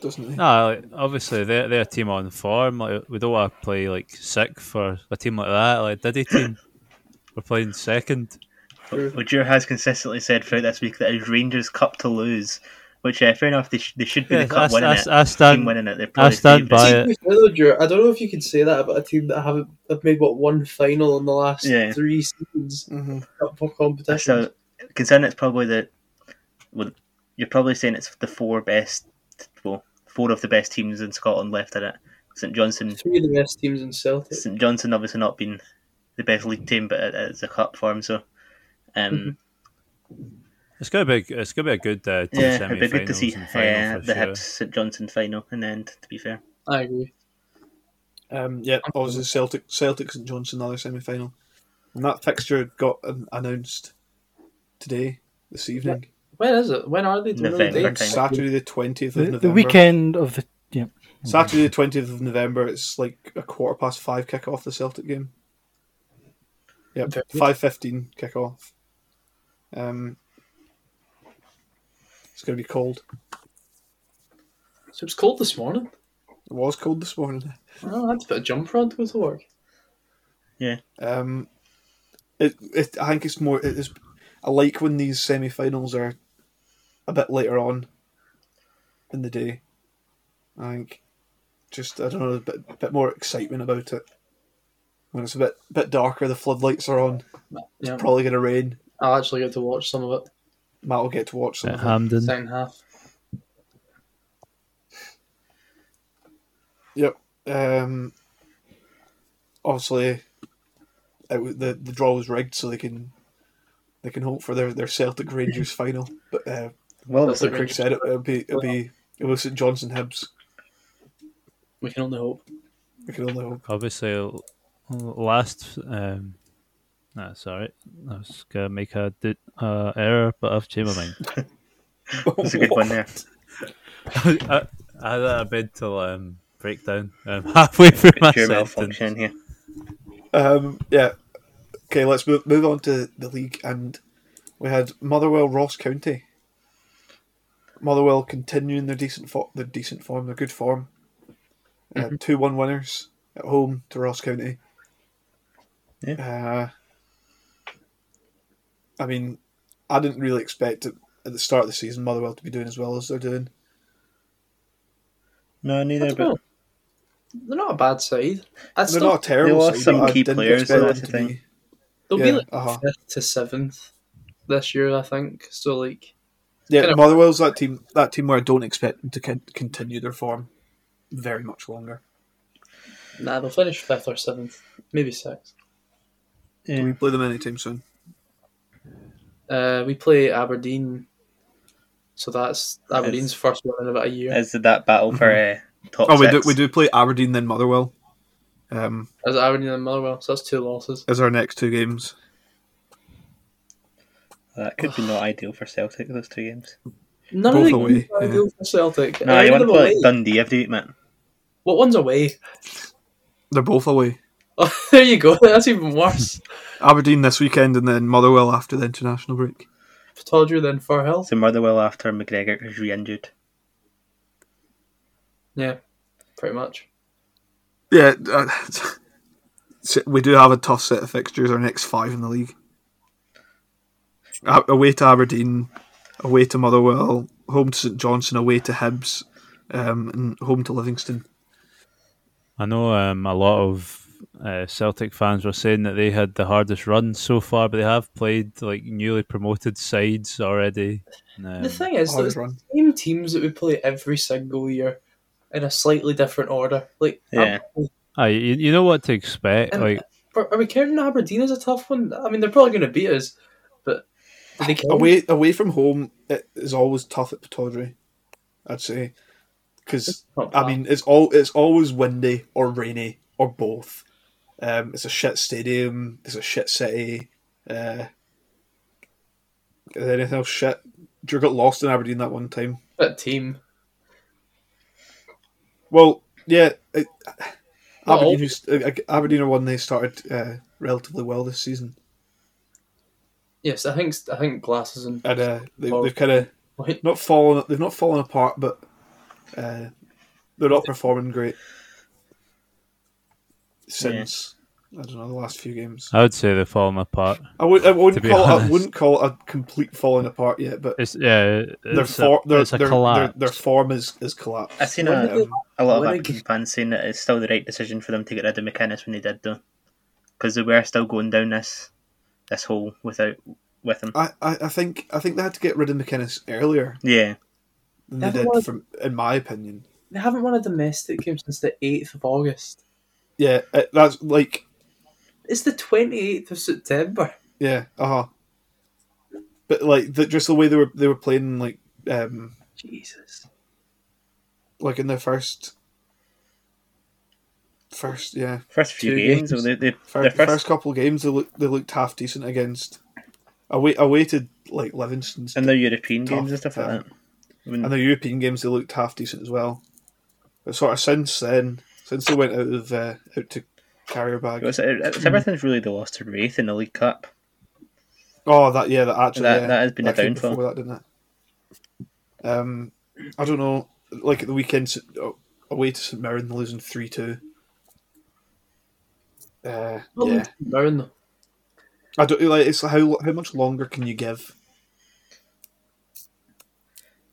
[SPEAKER 1] Doesn't it?
[SPEAKER 4] No, like, obviously they're they're a team on form. Like we don't want to play like sick for a team like that, like Diddy team. We're playing second.
[SPEAKER 3] Well, Joe has consistently said throughout this week that it is Rangers Cup to lose, Which, uh, fair enough, they, sh- they should be
[SPEAKER 4] Yeah,
[SPEAKER 3] the club
[SPEAKER 4] I,
[SPEAKER 3] winning
[SPEAKER 4] I,
[SPEAKER 3] it.
[SPEAKER 4] I
[SPEAKER 3] team
[SPEAKER 4] stand,
[SPEAKER 3] winning it. They're
[SPEAKER 4] I
[SPEAKER 3] probably
[SPEAKER 4] stand by
[SPEAKER 3] favourites.
[SPEAKER 4] it.
[SPEAKER 2] I don't know if you can say that about a team that haven't have made what one final in the last
[SPEAKER 3] Yeah.
[SPEAKER 2] three seasons
[SPEAKER 1] Mm-hmm.
[SPEAKER 2] of competition.
[SPEAKER 3] So, considering it's probably the, well, you're probably saying it's the four best, well, four of the best teams in Scotland left in it. St Johnson,
[SPEAKER 2] Three of the best teams in Celtic.
[SPEAKER 3] St Johnson obviously not been the best league team, but it, it's a cup form, so. Um,
[SPEAKER 4] It's gonna be it's gonna be a good uh, two
[SPEAKER 3] yeah, it'd
[SPEAKER 4] semi
[SPEAKER 3] be good to
[SPEAKER 4] finals
[SPEAKER 3] see
[SPEAKER 4] and final
[SPEAKER 3] uh,
[SPEAKER 4] for
[SPEAKER 3] the
[SPEAKER 4] sure.
[SPEAKER 3] Hibs St Johnson final in the end. To be fair,
[SPEAKER 6] I agree.
[SPEAKER 1] Um, yeah, obviously Celtic, Celtics and Johnson another semi final, and that fixture got um, announced today this evening,
[SPEAKER 6] When is it? When are they doing
[SPEAKER 3] November
[SPEAKER 6] it?
[SPEAKER 3] time.
[SPEAKER 1] Saturday the twentieth of
[SPEAKER 5] The,
[SPEAKER 1] November.
[SPEAKER 5] the weekend of the
[SPEAKER 1] Saturday the twentieth of November. It's like a quarter past five kick off the Celtic game. Yep,
[SPEAKER 6] Very good.
[SPEAKER 1] five fifteen kick off. Um, it's going to be cold.
[SPEAKER 6] So it was cold this morning.
[SPEAKER 1] It was cold this morning.
[SPEAKER 6] Oh, I had to put a jumper on to go to work.
[SPEAKER 1] Um, it, it, I think it's more. It is. I like when these semi-finals are a bit later on in the day. I think just I don't know a bit, bit more excitement about it when it's a bit bit darker. The floodlights are on.
[SPEAKER 6] Yeah,
[SPEAKER 1] Probably going to rain.
[SPEAKER 6] I'll actually get to watch some of
[SPEAKER 1] Matt will get to watch some.
[SPEAKER 4] at
[SPEAKER 1] of it.
[SPEAKER 6] it.
[SPEAKER 4] Hampden.
[SPEAKER 6] Second half.
[SPEAKER 1] Yep. Um, obviously, it, w- the the draw was rigged, so they can they can hope for their, their Celtic Rangers final. But uh,
[SPEAKER 3] well,
[SPEAKER 6] That's
[SPEAKER 1] Like Craig said, it would be it'll be it was St Johnson Hibs.
[SPEAKER 6] We can only hope.
[SPEAKER 1] We can only hope.
[SPEAKER 4] Obviously, l- last. Um, nah, sorry, I was gonna make a di- uh, error, but I've changed my mind.
[SPEAKER 3] that's a good one there.
[SPEAKER 4] I, I had a mental um, breakdown um, halfway through my
[SPEAKER 3] Pure
[SPEAKER 4] sentence.
[SPEAKER 3] malfunction here.
[SPEAKER 1] Um, yeah. Okay, let's move move on to the league, and we had Motherwell Ross County. Motherwell continuing their decent fo- their decent form, their good form.
[SPEAKER 3] Mm-hmm.
[SPEAKER 1] Uh, Two one winners at home to Ross County. Yeah. Uh, I mean, I didn't really expect it at the start of the season Motherwell to be doing as well as they're doing.
[SPEAKER 3] No, neither.
[SPEAKER 6] That's
[SPEAKER 3] But
[SPEAKER 6] They're not a bad side. That's
[SPEAKER 1] They're
[SPEAKER 6] not,
[SPEAKER 1] not a terrible.
[SPEAKER 3] they lost
[SPEAKER 1] side,
[SPEAKER 3] some
[SPEAKER 1] but I
[SPEAKER 3] key
[SPEAKER 1] didn't
[SPEAKER 3] players,
[SPEAKER 1] expect them
[SPEAKER 3] though, that's
[SPEAKER 1] to
[SPEAKER 3] the thing.
[SPEAKER 1] be-
[SPEAKER 6] They'll
[SPEAKER 1] yeah,
[SPEAKER 6] be like
[SPEAKER 1] uh-huh.
[SPEAKER 6] fifth to seventh this year, I think. So like,
[SPEAKER 1] Yeah,
[SPEAKER 6] Kind of-
[SPEAKER 1] Motherwell's that team. That team where I don't expect them to con- continue their form very much longer.
[SPEAKER 6] nah, they'll finish fifth or seventh, maybe sixth.
[SPEAKER 1] Do we play them anytime soon?
[SPEAKER 6] Uh, we play Aberdeen, so that's Aberdeen's first win in about a year.
[SPEAKER 3] is that battle for uh, top
[SPEAKER 1] Oh, we do.
[SPEAKER 3] six?
[SPEAKER 1] We do play Aberdeen then Motherwell. Um,
[SPEAKER 6] As Aberdeen and Motherwell, so that's two losses.
[SPEAKER 1] as our next two games.
[SPEAKER 3] That could be not ideal for Celtic. Those two games.
[SPEAKER 6] None
[SPEAKER 1] Both
[SPEAKER 6] of the
[SPEAKER 1] away,
[SPEAKER 6] games are
[SPEAKER 1] yeah.
[SPEAKER 6] ideal for Celtic.
[SPEAKER 3] No,
[SPEAKER 6] Any
[SPEAKER 3] you
[SPEAKER 6] of
[SPEAKER 3] want to
[SPEAKER 6] them
[SPEAKER 3] play
[SPEAKER 6] away.
[SPEAKER 3] like Dundee every week, man.
[SPEAKER 6] What one's away?
[SPEAKER 1] They're both away.
[SPEAKER 6] Oh, there you go. That's even worse.
[SPEAKER 1] Aberdeen this weekend and then Motherwell after the international break.
[SPEAKER 6] Todger then Far Hill.
[SPEAKER 3] So Motherwell after McGregor is re-injured.
[SPEAKER 6] Yeah, pretty much.
[SPEAKER 1] Yeah, uh, so we do have a tough set of fixtures. Our next five in the league: A- away to Aberdeen, away to Motherwell, home to St Johnson, away to Hibs, um, and home to Livingston.
[SPEAKER 4] I know um, a lot of uh, Celtic fans were saying that they had the hardest run so far, but they have played like newly promoted sides already. Um,
[SPEAKER 6] The thing is,
[SPEAKER 1] Hardest
[SPEAKER 6] those
[SPEAKER 1] run.
[SPEAKER 6] same teams that we play every single year in a slightly different order. Like,
[SPEAKER 3] Yeah.
[SPEAKER 4] aye, you, you know what to expect.
[SPEAKER 6] And-
[SPEAKER 4] Like
[SPEAKER 6] are, are we counting Aberdeen as a tough one? I mean, they're probably going to beat us, but do they count?
[SPEAKER 1] away away from home it is always tough at Pataudry, I'd say, because
[SPEAKER 6] not
[SPEAKER 1] I
[SPEAKER 6] bad.
[SPEAKER 1] mean it's all it's always windy or rainy or both. Um, it's a shit stadium. It's a shit city. Uh, is there anything else shit? Drew got lost in Aberdeen that one time.
[SPEAKER 6] that team.
[SPEAKER 1] Well, yeah, it,
[SPEAKER 6] Not all-
[SPEAKER 1] Aberdeen. who's- uh, Aberdeen are one they started uh, relatively well this season,
[SPEAKER 6] Yes, I think I think glasses and
[SPEAKER 1] and uh, they,
[SPEAKER 6] Oh.
[SPEAKER 1] they've kind of
[SPEAKER 6] Wait,
[SPEAKER 1] not fallen. They've not fallen apart, but uh, they're not performing great since. I don't know the last few games.
[SPEAKER 4] I would say they're falling apart.
[SPEAKER 1] I, would, I wouldn't
[SPEAKER 4] to be
[SPEAKER 1] call it, I
[SPEAKER 4] honest.
[SPEAKER 1] wouldn't call it a complete falling apart yet, but
[SPEAKER 4] It's yeah,
[SPEAKER 1] their,
[SPEAKER 4] it's
[SPEAKER 1] for,
[SPEAKER 4] a,
[SPEAKER 1] their,
[SPEAKER 4] it's a
[SPEAKER 1] their, their
[SPEAKER 4] collapse.
[SPEAKER 1] their form is is collapsed.
[SPEAKER 3] I seen
[SPEAKER 1] Um,
[SPEAKER 3] a, a lot of
[SPEAKER 2] when I
[SPEAKER 3] Atkins fans saying that it's still the right decision for them to get rid of McInnes when they did though, because they were still going down this this hole without with him.
[SPEAKER 1] I, I, I think I think they had to get rid of McInnes earlier
[SPEAKER 3] Yeah,
[SPEAKER 1] than they did,
[SPEAKER 2] Everyone-
[SPEAKER 1] from in my opinion.
[SPEAKER 2] They haven't won a domestic game since the 8th of August.
[SPEAKER 1] Yeah, it, that's like
[SPEAKER 2] It's the 28th of September.
[SPEAKER 1] yeah, uh huh. But like the, just the way they were they were playing like um
[SPEAKER 2] Jesus.
[SPEAKER 1] like in their first first yeah
[SPEAKER 3] first few
[SPEAKER 2] Two
[SPEAKER 3] games,
[SPEAKER 2] games.
[SPEAKER 3] They, they,
[SPEAKER 1] fir-
[SPEAKER 3] their
[SPEAKER 1] first,
[SPEAKER 3] first,
[SPEAKER 1] couple of games they looked they looked half decent against. I wait I waited like Livingston's
[SPEAKER 3] and their European
[SPEAKER 1] Tough,
[SPEAKER 3] games and stuff like
[SPEAKER 1] yeah.
[SPEAKER 3] that. I mean,
[SPEAKER 1] and the European games they looked half decent as well. But sort of since then, since they went out of uh, out to carrier bag,
[SPEAKER 3] it was, it, it's everything's really the loss to Wraith in the League Cup.
[SPEAKER 1] Oh, that yeah, that actually
[SPEAKER 3] That-
[SPEAKER 1] yeah,
[SPEAKER 3] that has been a
[SPEAKER 1] came
[SPEAKER 3] downfall.
[SPEAKER 1] Before that, didn't it? Um, I don't know. Like at the weekend, s- uh, away to St Mirren, losing three two. Uh, yeah,
[SPEAKER 6] Down though.
[SPEAKER 1] I don't like. It's how how much longer can you give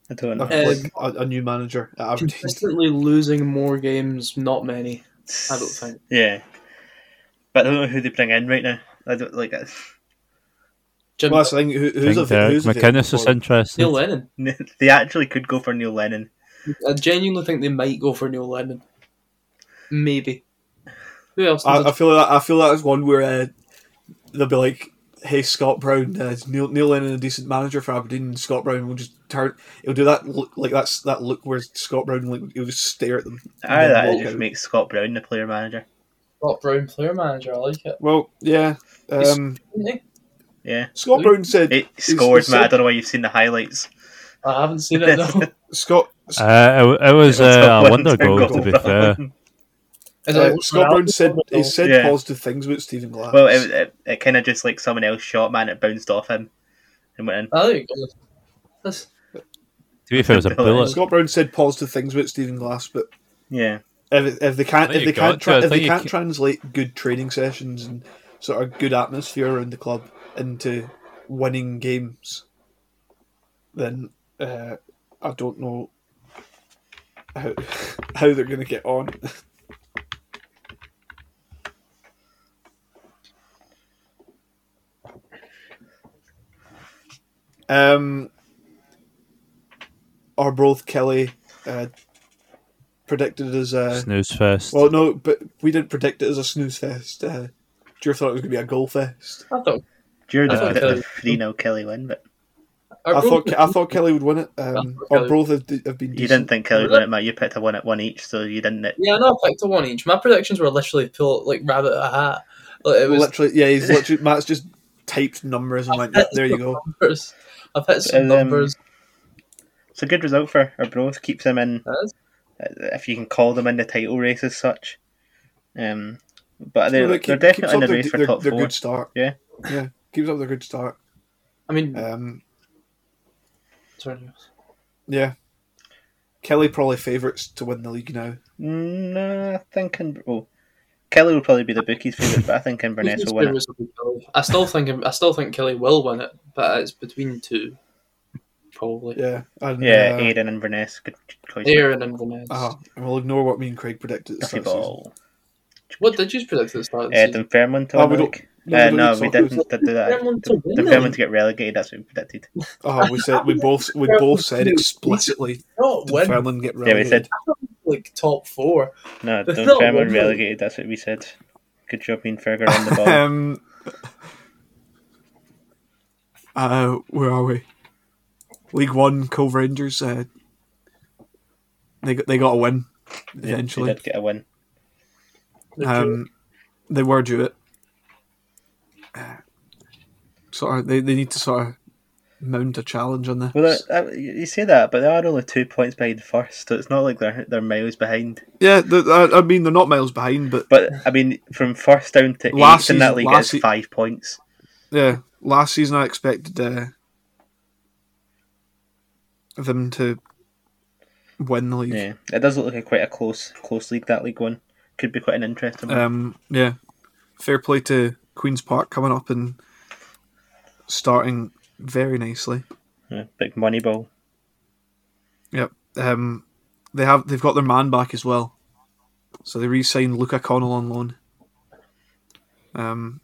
[SPEAKER 3] I don't
[SPEAKER 1] a,
[SPEAKER 3] know.
[SPEAKER 1] like, a, a new manager at Aberdeen?
[SPEAKER 6] Consistently losing more games, not many. I don't think.
[SPEAKER 3] Yeah, but I don't know who they bring in right now. I don't like it.
[SPEAKER 6] Jim,
[SPEAKER 1] Well, that's the thing. Who,
[SPEAKER 4] I
[SPEAKER 1] who's a
[SPEAKER 4] think Derek
[SPEAKER 1] who's
[SPEAKER 4] McInnes
[SPEAKER 1] available for
[SPEAKER 4] is
[SPEAKER 1] it?
[SPEAKER 6] Neil
[SPEAKER 4] interesting.
[SPEAKER 6] Lennon.
[SPEAKER 3] they actually could go for Neil Lennon.
[SPEAKER 6] I genuinely think they might go for Neil Lennon. Maybe. Who else?
[SPEAKER 1] I, I
[SPEAKER 6] did-
[SPEAKER 1] feel that I feel that is one where uh, they'll be like, "Hey, Scott Brown, uh, is Neil Neil Lennon a decent manager for Aberdeen?" And Scott Brown will just turn. He'll do that look, like that's that look where Scott Brown like he'll just stare at them. and
[SPEAKER 3] I
[SPEAKER 1] then
[SPEAKER 3] that
[SPEAKER 1] walk
[SPEAKER 3] it just
[SPEAKER 1] out.
[SPEAKER 3] makes Scott Brown the player manager.
[SPEAKER 6] Scott Brown player manager. I like it.
[SPEAKER 1] Well, yeah. Um,
[SPEAKER 6] Isn't he?
[SPEAKER 3] Yeah,
[SPEAKER 1] Scott Brown said
[SPEAKER 3] it
[SPEAKER 1] he's-
[SPEAKER 3] scored,
[SPEAKER 1] he's
[SPEAKER 3] Matt. I
[SPEAKER 1] said-
[SPEAKER 3] don't know why you've seen the highlights.
[SPEAKER 6] I haven't seen it though.
[SPEAKER 1] Scott
[SPEAKER 4] Uh, it, it was
[SPEAKER 3] It's
[SPEAKER 4] uh,
[SPEAKER 3] one
[SPEAKER 4] a wonder
[SPEAKER 3] to
[SPEAKER 4] goal, to be
[SPEAKER 3] down.
[SPEAKER 4] fair.
[SPEAKER 6] Is
[SPEAKER 1] uh,
[SPEAKER 6] it-
[SPEAKER 1] Scott Brown said he said
[SPEAKER 3] Yeah.
[SPEAKER 1] positive things about Stephen Glass.
[SPEAKER 3] Well, it, it, it kind of just like someone else shot, man. It bounced off him and went in.
[SPEAKER 6] Oh, there you go. That's,
[SPEAKER 4] To be fair, it was a bullet.
[SPEAKER 1] Scott Brown said positive things about Stephen Glass, but
[SPEAKER 3] Yeah,
[SPEAKER 1] if, if they can't
[SPEAKER 4] I
[SPEAKER 1] if
[SPEAKER 4] think
[SPEAKER 1] they
[SPEAKER 4] you
[SPEAKER 1] can't
[SPEAKER 4] got to, I
[SPEAKER 1] tra- if
[SPEAKER 4] think
[SPEAKER 1] they
[SPEAKER 4] you
[SPEAKER 1] can't
[SPEAKER 4] ca-
[SPEAKER 1] translate good training sessions and sort of good atmosphere around the club into winning games, then uh, I don't know how how they're going to get on. um, Arbroath Kelly uh, predicted as a
[SPEAKER 4] Snooze first.
[SPEAKER 1] well, no, but we didn't predict it as a snooze fest. Uh, Drew thought it was going to be a goal fest.
[SPEAKER 6] I thought.
[SPEAKER 3] Jared
[SPEAKER 4] Uh,
[SPEAKER 3] did the three 0 Kelly win, but
[SPEAKER 1] I thought I thought Kelly would win it, um,
[SPEAKER 6] thought
[SPEAKER 1] or
[SPEAKER 6] Oh, Kelly-
[SPEAKER 1] both have, have been decent.
[SPEAKER 3] you didn't think Kelly would win it, Matt. You picked a one at one each, so you didn't. It,
[SPEAKER 6] Yeah, no, I picked a one each. My predictions were literally pull like rabbit a hat. Like, it was
[SPEAKER 1] literally, yeah, he's literally Matt's just typed numbers and went,
[SPEAKER 6] I've
[SPEAKER 1] yeah,
[SPEAKER 6] hit
[SPEAKER 1] "There you
[SPEAKER 6] some
[SPEAKER 1] go."
[SPEAKER 6] Numbers. I've hit some
[SPEAKER 3] um,
[SPEAKER 6] numbers.
[SPEAKER 3] it's a good result for Arbroath. Keeps them in,
[SPEAKER 6] It is.
[SPEAKER 3] if you can call them in the title race as such. Um, but
[SPEAKER 1] No,
[SPEAKER 3] they're,
[SPEAKER 1] they
[SPEAKER 3] they're
[SPEAKER 1] keep- keeps
[SPEAKER 3] definitely in
[SPEAKER 1] up
[SPEAKER 3] the
[SPEAKER 1] their-
[SPEAKER 3] race for
[SPEAKER 1] their-
[SPEAKER 3] top
[SPEAKER 1] their
[SPEAKER 3] four.
[SPEAKER 1] good start.
[SPEAKER 3] Yeah.
[SPEAKER 1] yeah, keeps up their good start.
[SPEAKER 6] I mean,
[SPEAKER 1] Um,
[SPEAKER 6] sorry.
[SPEAKER 1] yeah, Kelly probably favourites to win the league now.
[SPEAKER 3] No, I think in, well, Kelly will probably be the bookie's favourite, but I think Inverness will win it.
[SPEAKER 6] Who's the favourite? I still think I still think Kelly will win it, but it's between two, probably.
[SPEAKER 1] Yeah, and,
[SPEAKER 3] Yeah,
[SPEAKER 1] uh,
[SPEAKER 3] Aid and Inverness. Good choice.
[SPEAKER 6] Air and Inverness.
[SPEAKER 1] uh-huh. and we'll ignore what me and Craig predicted. At the
[SPEAKER 3] Duffy
[SPEAKER 1] start of the season.
[SPEAKER 3] ball.
[SPEAKER 6] What did you predict at the start of the
[SPEAKER 3] Uh,
[SPEAKER 6] season?
[SPEAKER 3] Dunfermline to
[SPEAKER 1] Oh,
[SPEAKER 3] win
[SPEAKER 1] we
[SPEAKER 3] the
[SPEAKER 1] don't-
[SPEAKER 3] league.
[SPEAKER 1] no,
[SPEAKER 3] uh,
[SPEAKER 1] we
[SPEAKER 3] no,
[SPEAKER 1] don't
[SPEAKER 3] we
[SPEAKER 1] talk about
[SPEAKER 3] didn't do that.
[SPEAKER 6] Dunfermline to
[SPEAKER 3] Dun-
[SPEAKER 6] win the
[SPEAKER 3] Dunfermline
[SPEAKER 6] league.
[SPEAKER 3] to get relegated, that's what we predicted.
[SPEAKER 1] Uh-huh, we said we both we both said explicitly
[SPEAKER 6] Not win,
[SPEAKER 1] Dunfermline get
[SPEAKER 3] Yeah, we
[SPEAKER 1] relegated.
[SPEAKER 3] said,
[SPEAKER 6] like top four.
[SPEAKER 3] no,
[SPEAKER 6] They're not
[SPEAKER 3] Dunfermline
[SPEAKER 6] winning.
[SPEAKER 3] relegated, that's what we said. Good job, Ian Ferger on the ball.
[SPEAKER 1] Um, uh, where are we? League One, Cove Rangers. Uh, they got they got a win
[SPEAKER 3] She
[SPEAKER 1] eventually.
[SPEAKER 3] did get a win.
[SPEAKER 6] They're due.
[SPEAKER 1] um, they were due it. Uh, Sort of, they, they need to sort of mount a challenge on this.
[SPEAKER 3] Well, that, that, you you say that, but they are only two points behind first, so it's not like they're, they're miles behind.
[SPEAKER 1] yeah, th I, I mean they're not miles behind, but
[SPEAKER 3] But, I mean, from first down to
[SPEAKER 1] Last
[SPEAKER 3] eighth in
[SPEAKER 1] season-
[SPEAKER 3] that league,
[SPEAKER 1] last
[SPEAKER 3] it's
[SPEAKER 1] se-
[SPEAKER 3] five points.
[SPEAKER 1] yeah, last season I expected uh, them to win the league.
[SPEAKER 3] Yeah,
[SPEAKER 1] Uh,
[SPEAKER 3] it does look like a quite a close close league that league one. Could be quite an interesting one.
[SPEAKER 1] Um, yeah. fair play to Queen's Park coming up and starting very nicely.
[SPEAKER 3] Yeah, big money ball.
[SPEAKER 1] Yep. Um, they have they've got their man back as well, so they re-signed Luca Connell on loan. Um,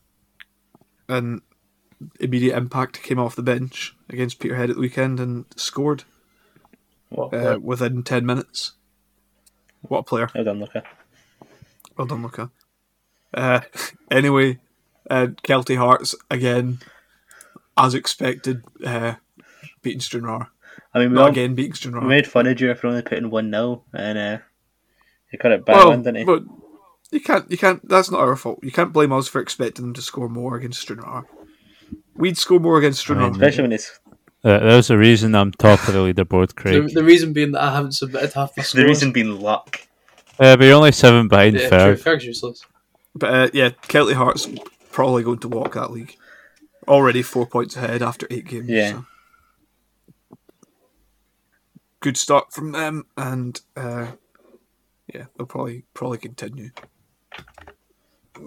[SPEAKER 1] and immediate impact came off the bench against Peterhead at the weekend and scored
[SPEAKER 3] Well,
[SPEAKER 1] uh, within ten minutes. What a player!
[SPEAKER 3] well done, Luca.
[SPEAKER 1] Well done, Luca. Uh, anyway, uh, Kelty Hearts again, as expected, uh, beating Stranraer.
[SPEAKER 3] I mean, we,
[SPEAKER 1] Not
[SPEAKER 3] all,
[SPEAKER 1] again beating
[SPEAKER 3] we
[SPEAKER 1] Stranraer.
[SPEAKER 3] made fun of you for only putting one nil, and uh, he got it back
[SPEAKER 1] well,
[SPEAKER 3] on, didn't he?
[SPEAKER 1] but you can't, you can't. That's not our fault. You can't blame us for expecting them to score more against Stranraer. We'd score more against Stranraer.
[SPEAKER 3] Especially when it's
[SPEAKER 4] Uh, there's a reason I'm top of the leaderboard,
[SPEAKER 6] The,
[SPEAKER 4] Craig.
[SPEAKER 6] the reason being that I haven't submitted half the
[SPEAKER 3] the
[SPEAKER 6] scores.
[SPEAKER 3] reason being luck.
[SPEAKER 4] Uh, but you're only seven behind
[SPEAKER 6] yeah,
[SPEAKER 4] Ferg.
[SPEAKER 6] Fer- Ferg's useless.
[SPEAKER 1] But uh, yeah, Kelty Hearts probably going to walk that league. Already four points ahead after eight games.
[SPEAKER 3] Yeah.
[SPEAKER 1] so. Good start from them, and uh, yeah, they'll probably probably continue.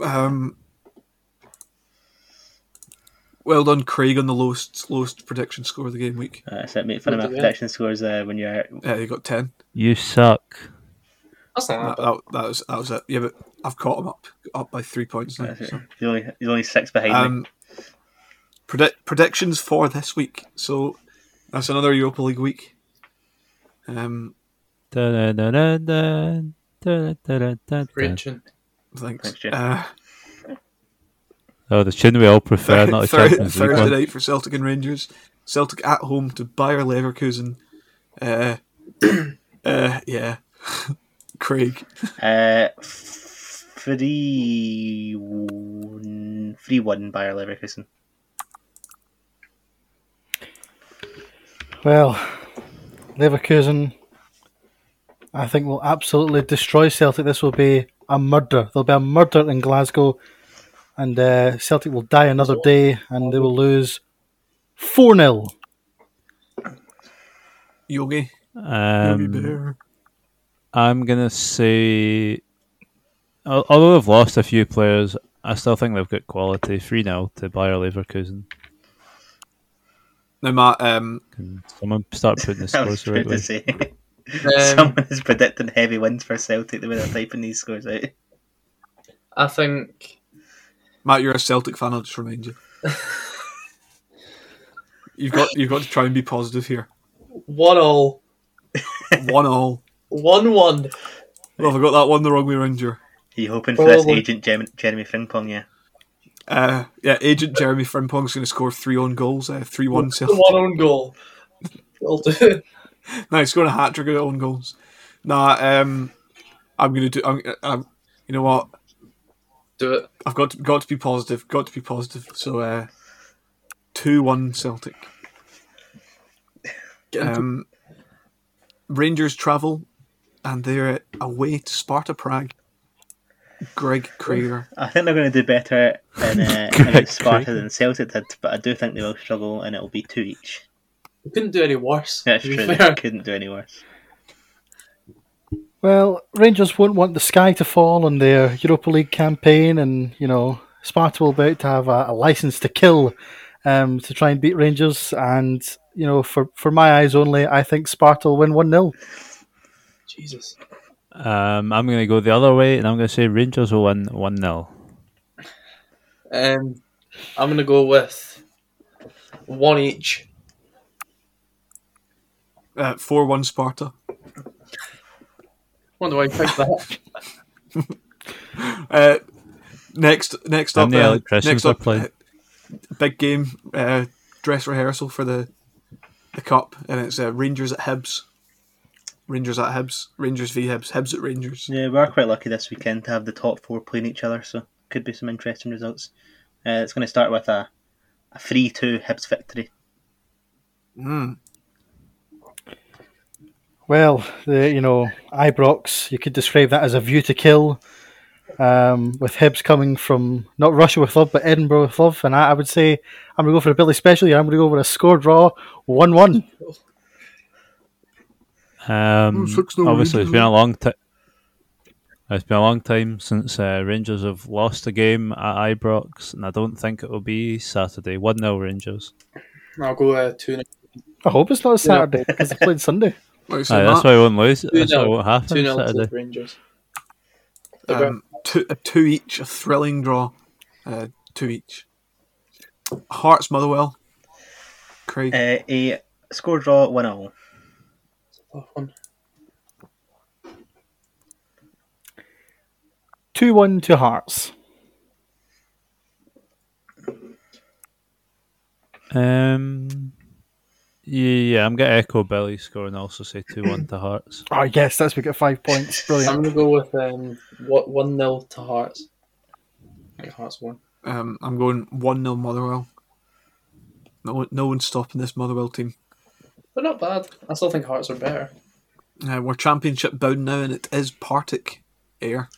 [SPEAKER 1] Um, well done, Craig, on the lowest lowest prediction score of the game week.
[SPEAKER 3] Uh, so make fun of
[SPEAKER 6] What
[SPEAKER 3] my
[SPEAKER 6] do they-
[SPEAKER 3] prediction scores uh, when you're
[SPEAKER 1] Yeah, you got ten.
[SPEAKER 4] You suck.
[SPEAKER 6] That's not
[SPEAKER 1] That,
[SPEAKER 6] that
[SPEAKER 1] that, that was that was it. Yeah, but I've caught him up up by three points now. so.
[SPEAKER 3] uh, you're only, you're only six behind me.
[SPEAKER 1] Um, predict- predictions for this week. So that's another Europa League week. Um,
[SPEAKER 4] Dun-dun-dun-dun, dun-dun-dun-dun.
[SPEAKER 6] bad. Great tune.
[SPEAKER 1] thanks.
[SPEAKER 3] Thanks, Jim.
[SPEAKER 1] Uh,
[SPEAKER 4] Oh, the chin we all prefer, not the
[SPEAKER 1] Thur-
[SPEAKER 4] Champions League
[SPEAKER 1] Thursday
[SPEAKER 4] one.
[SPEAKER 1] night for Celtic and Rangers. Celtic at home to Bayer Leverkusen. Uh, uh, yeah, Craig.
[SPEAKER 3] Uh, three, one, three one Bayer Leverkusen.
[SPEAKER 5] Well, Leverkusen, I think, will absolutely destroy Celtic. This will be a murder. There'll be a murder in Glasgow, and uh, Celtic will die another day, and they will lose 4 0.
[SPEAKER 1] Yogi. Yogi
[SPEAKER 4] Um,
[SPEAKER 1] Bear.
[SPEAKER 4] I'm going to say, al- although they've lost a few players, I still think they've got quality. 3 0 to Bayer Leverkusen.
[SPEAKER 1] Now, Matt. Um,
[SPEAKER 4] Can someone start putting the
[SPEAKER 3] That was true
[SPEAKER 4] scores the right
[SPEAKER 3] to
[SPEAKER 4] way?
[SPEAKER 3] say.
[SPEAKER 6] Um,
[SPEAKER 3] Someone is predicting heavy wins for Celtic the way they're typing these scores out.
[SPEAKER 6] I think
[SPEAKER 1] Matt, you're a Celtic fan. I'll just remind you. You've got you've got to try and be positive here.
[SPEAKER 6] one all,
[SPEAKER 1] One all.
[SPEAKER 6] one one.
[SPEAKER 1] Well, have I got that one the wrong way around here?
[SPEAKER 3] Are you hoping for this
[SPEAKER 6] Probably.
[SPEAKER 3] agent Gem- Jeremy Frimpong? Yeah,
[SPEAKER 1] Uh, yeah, agent Jeremy Frimpong's going to score three on goals, uh, three one
[SPEAKER 6] The
[SPEAKER 1] Celtic.
[SPEAKER 6] one on goal. I'll do.
[SPEAKER 1] No, he's scoring a hat trick of own goals. Nah, um, I'm going to do. I'm, uh, I'm, you know what?
[SPEAKER 6] do it.
[SPEAKER 1] I've got to, got to be positive. Got to be positive. So, uh, two one Celtic.
[SPEAKER 6] Get into
[SPEAKER 1] Um, Rangers travel, and they're away to Sparta Prague. Greg Krieger.
[SPEAKER 3] I think they're going to do better in, uh,
[SPEAKER 4] Great,
[SPEAKER 3] against Sparta
[SPEAKER 4] great.
[SPEAKER 3] than Celtic did, but I do think they will struggle, and it will be two each.
[SPEAKER 6] We couldn't do any worse.
[SPEAKER 3] That's
[SPEAKER 6] to be
[SPEAKER 3] true. They
[SPEAKER 6] fair.
[SPEAKER 3] couldn't do any worse.
[SPEAKER 5] Well, Rangers won't want the sky to fall on their Europa League campaign, and you know Sparta will be out to have a, a license to kill um, to try and beat Rangers. And you know, for for my eyes only, I think Sparta will win one 0
[SPEAKER 6] Jesus.
[SPEAKER 4] Um, I'm going to go the other way, and I'm going to say Rangers will win 1 0.
[SPEAKER 6] Um, I'm gonna go with one each.
[SPEAKER 1] Uh, four one Sparta.
[SPEAKER 6] Wonder why you picked that.
[SPEAKER 1] Uh, next, next
[SPEAKER 4] And
[SPEAKER 1] up,
[SPEAKER 4] the
[SPEAKER 1] uh,
[SPEAKER 4] electricians
[SPEAKER 1] next
[SPEAKER 4] are
[SPEAKER 1] up,
[SPEAKER 4] playing.
[SPEAKER 1] uh, big game uh, dress rehearsal for the the cup, and it's uh, Rangers at Hibs. Rangers at Hibs. Rangers v Hibs. Hibs at Rangers.
[SPEAKER 3] Yeah, we are quite lucky this weekend to have the top four playing each other, so could be some interesting results. Uh, it's going to start with a, a 3 2 Hibs victory.
[SPEAKER 1] Mm.
[SPEAKER 5] Well, the you know Ibrox, you could describe that as a view to kill, um, with Hibs coming from not Russia with love, but Edinburgh with love. And I, I would say I'm gonna go for a Billy special. here. I'm gonna go for a score draw, one one.
[SPEAKER 4] Um,
[SPEAKER 1] six nil
[SPEAKER 4] obviously, it's been a long time. It's been a long time since uh, Rangers have lost a game at Ibrox, and I don't think it will be Saturday. 1 0 Rangers.
[SPEAKER 6] I'll go uh, 2
[SPEAKER 5] I hope it's not Saturday because they played Sunday.
[SPEAKER 1] Like I said,
[SPEAKER 4] Aye,
[SPEAKER 1] Matt,
[SPEAKER 4] that's why I won't lose. That's why it
[SPEAKER 6] 0.
[SPEAKER 4] won't happen
[SPEAKER 6] 2 0 to
[SPEAKER 4] Saturday.
[SPEAKER 6] the Rangers.
[SPEAKER 1] um, two, a two each, a thrilling draw. Uh, two each. Hearts Motherwell. Craig.
[SPEAKER 3] Uh, a score draw 1 0.
[SPEAKER 6] Tough one.
[SPEAKER 5] Two one to Hearts.
[SPEAKER 4] Um, yeah, I'm going to echo Billy's score and also say 2 1 to Hearts.
[SPEAKER 5] Oh yes, that's we get five points.
[SPEAKER 6] I'm
[SPEAKER 5] Brilliant.
[SPEAKER 6] going to go with um, what 1 0 to Hearts. I think Hearts won.
[SPEAKER 1] Um, I'm going 1 0 Motherwell. No, no one's stopping this Motherwell team.
[SPEAKER 6] They're not bad. I still think Hearts are better.
[SPEAKER 1] Uh, we're championship bound now, and it is Partick air.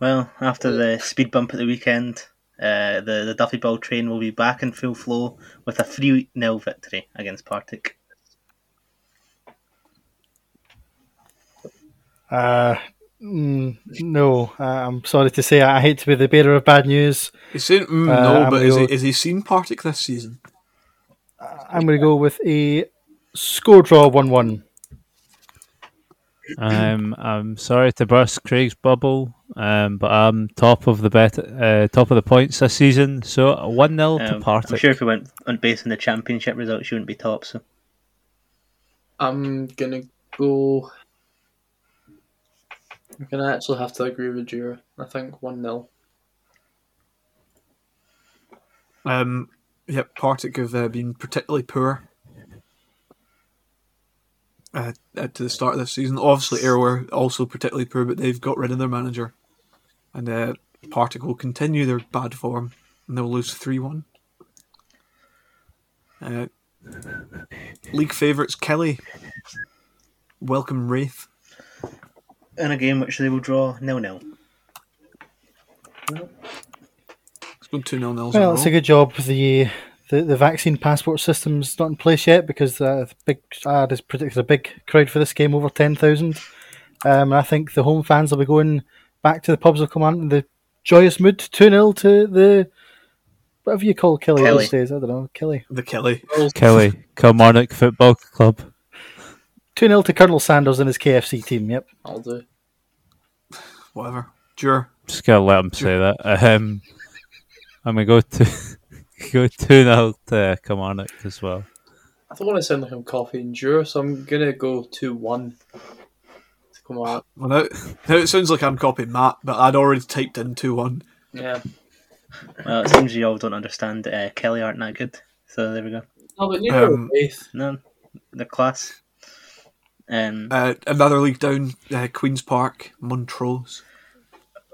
[SPEAKER 3] Well, after the speed bump at the weekend, uh, the, the Duffy Ball train will be back in full flow with a 3 0 victory against Partick.
[SPEAKER 5] Uh, mm, no, uh, I'm sorry to say, I hate to be the bearer of bad news.
[SPEAKER 1] He's saying, mm,
[SPEAKER 5] Uh,
[SPEAKER 1] no,
[SPEAKER 5] I'm
[SPEAKER 1] but is he,
[SPEAKER 5] gonna go-
[SPEAKER 1] is he seen Partick this season?
[SPEAKER 5] I'm going to go with a score draw one one.
[SPEAKER 4] Um, I'm sorry to burst Craig's bubble, um, but I'm top of the bet, uh, top of the points this season. So one 0 to
[SPEAKER 3] Um, I'm
[SPEAKER 4] Partick.
[SPEAKER 3] sure if we went on based on the championship results, you wouldn't be top. So
[SPEAKER 6] I'm gonna go. I'm gonna actually have to agree with you. I think one 0
[SPEAKER 1] Um, yep, Partick have uh, been particularly poor uh, at to the start of this season. Obviously, Ayr were also particularly poor, but they've got rid of their manager, and uh, Partick will continue their bad form, and they'll lose three one. Uh, league favourites Kelly. Welcome Wraith.
[SPEAKER 3] in a game which they will draw 0 0.
[SPEAKER 1] It's going two 0 nils.
[SPEAKER 5] Well, it's a good job the the, the vaccine passport system's not in place yet because uh, the big ad has predicted a big crowd for this game over ten thousand. Um, and I think the home fans will be going back to the pubs of command in the joyous mood, two 0 to the whatever you call Kelly,
[SPEAKER 3] Kelly.
[SPEAKER 5] these days. I don't know Kelly.
[SPEAKER 1] the Kelly.
[SPEAKER 4] Kelly, Kilmarnock Football Club.
[SPEAKER 5] Two 0 to Colonel Sanders and his KFC team. Yep.
[SPEAKER 6] I'll do.
[SPEAKER 1] Whatever. Jure.
[SPEAKER 4] Just gonna let him say that. Um, I'm gonna go to go two 0 to Kilmarnock as well.
[SPEAKER 6] I don't want to sound like I'm copying Dure, so I'm gonna go two one. Come on,
[SPEAKER 1] Well, now, now it sounds like I'm copying Matt, but I'd already typed in two one.
[SPEAKER 6] yeah.
[SPEAKER 3] Well, it seems you all don't understand. Uh, Kelly aren't that good. So there we go.
[SPEAKER 6] No, but neither
[SPEAKER 1] Um,
[SPEAKER 6] um, Faith.
[SPEAKER 3] No, the class. Um,
[SPEAKER 1] Uh, another league down, uh, Queens Park, Montrose.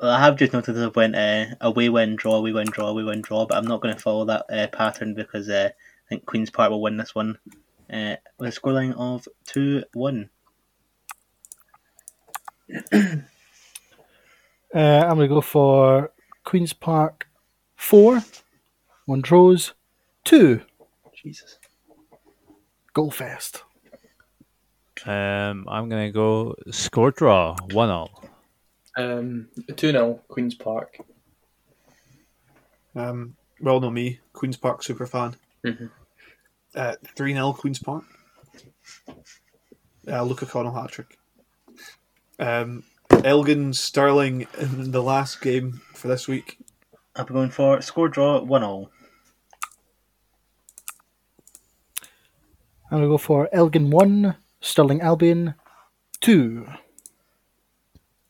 [SPEAKER 3] well, I have just noted that I went uh, away win draw, away win draw, away win draw, but I'm not going to follow that uh, pattern because uh, I think Queens Park will win this one uh, with a scoreline of two one.
[SPEAKER 5] Uh, I'm going to go for Queens Park four, Montrose two,
[SPEAKER 6] Jesus.
[SPEAKER 5] Goldfest.
[SPEAKER 4] Um, I'm gonna go score draw one 0
[SPEAKER 6] Um, two 0 Queens Park.
[SPEAKER 1] Um, well, no, me, Queens Park super fan.
[SPEAKER 6] Mhm.
[SPEAKER 1] Uh, 3 0 Queens Park. Uh, Luke O'Connell hat trick. Um, Elgin Sterling in the last game for this week.
[SPEAKER 3] I'll be going for score draw one all.
[SPEAKER 5] I'm going to go for Elgin 1, Sterling Albion 2.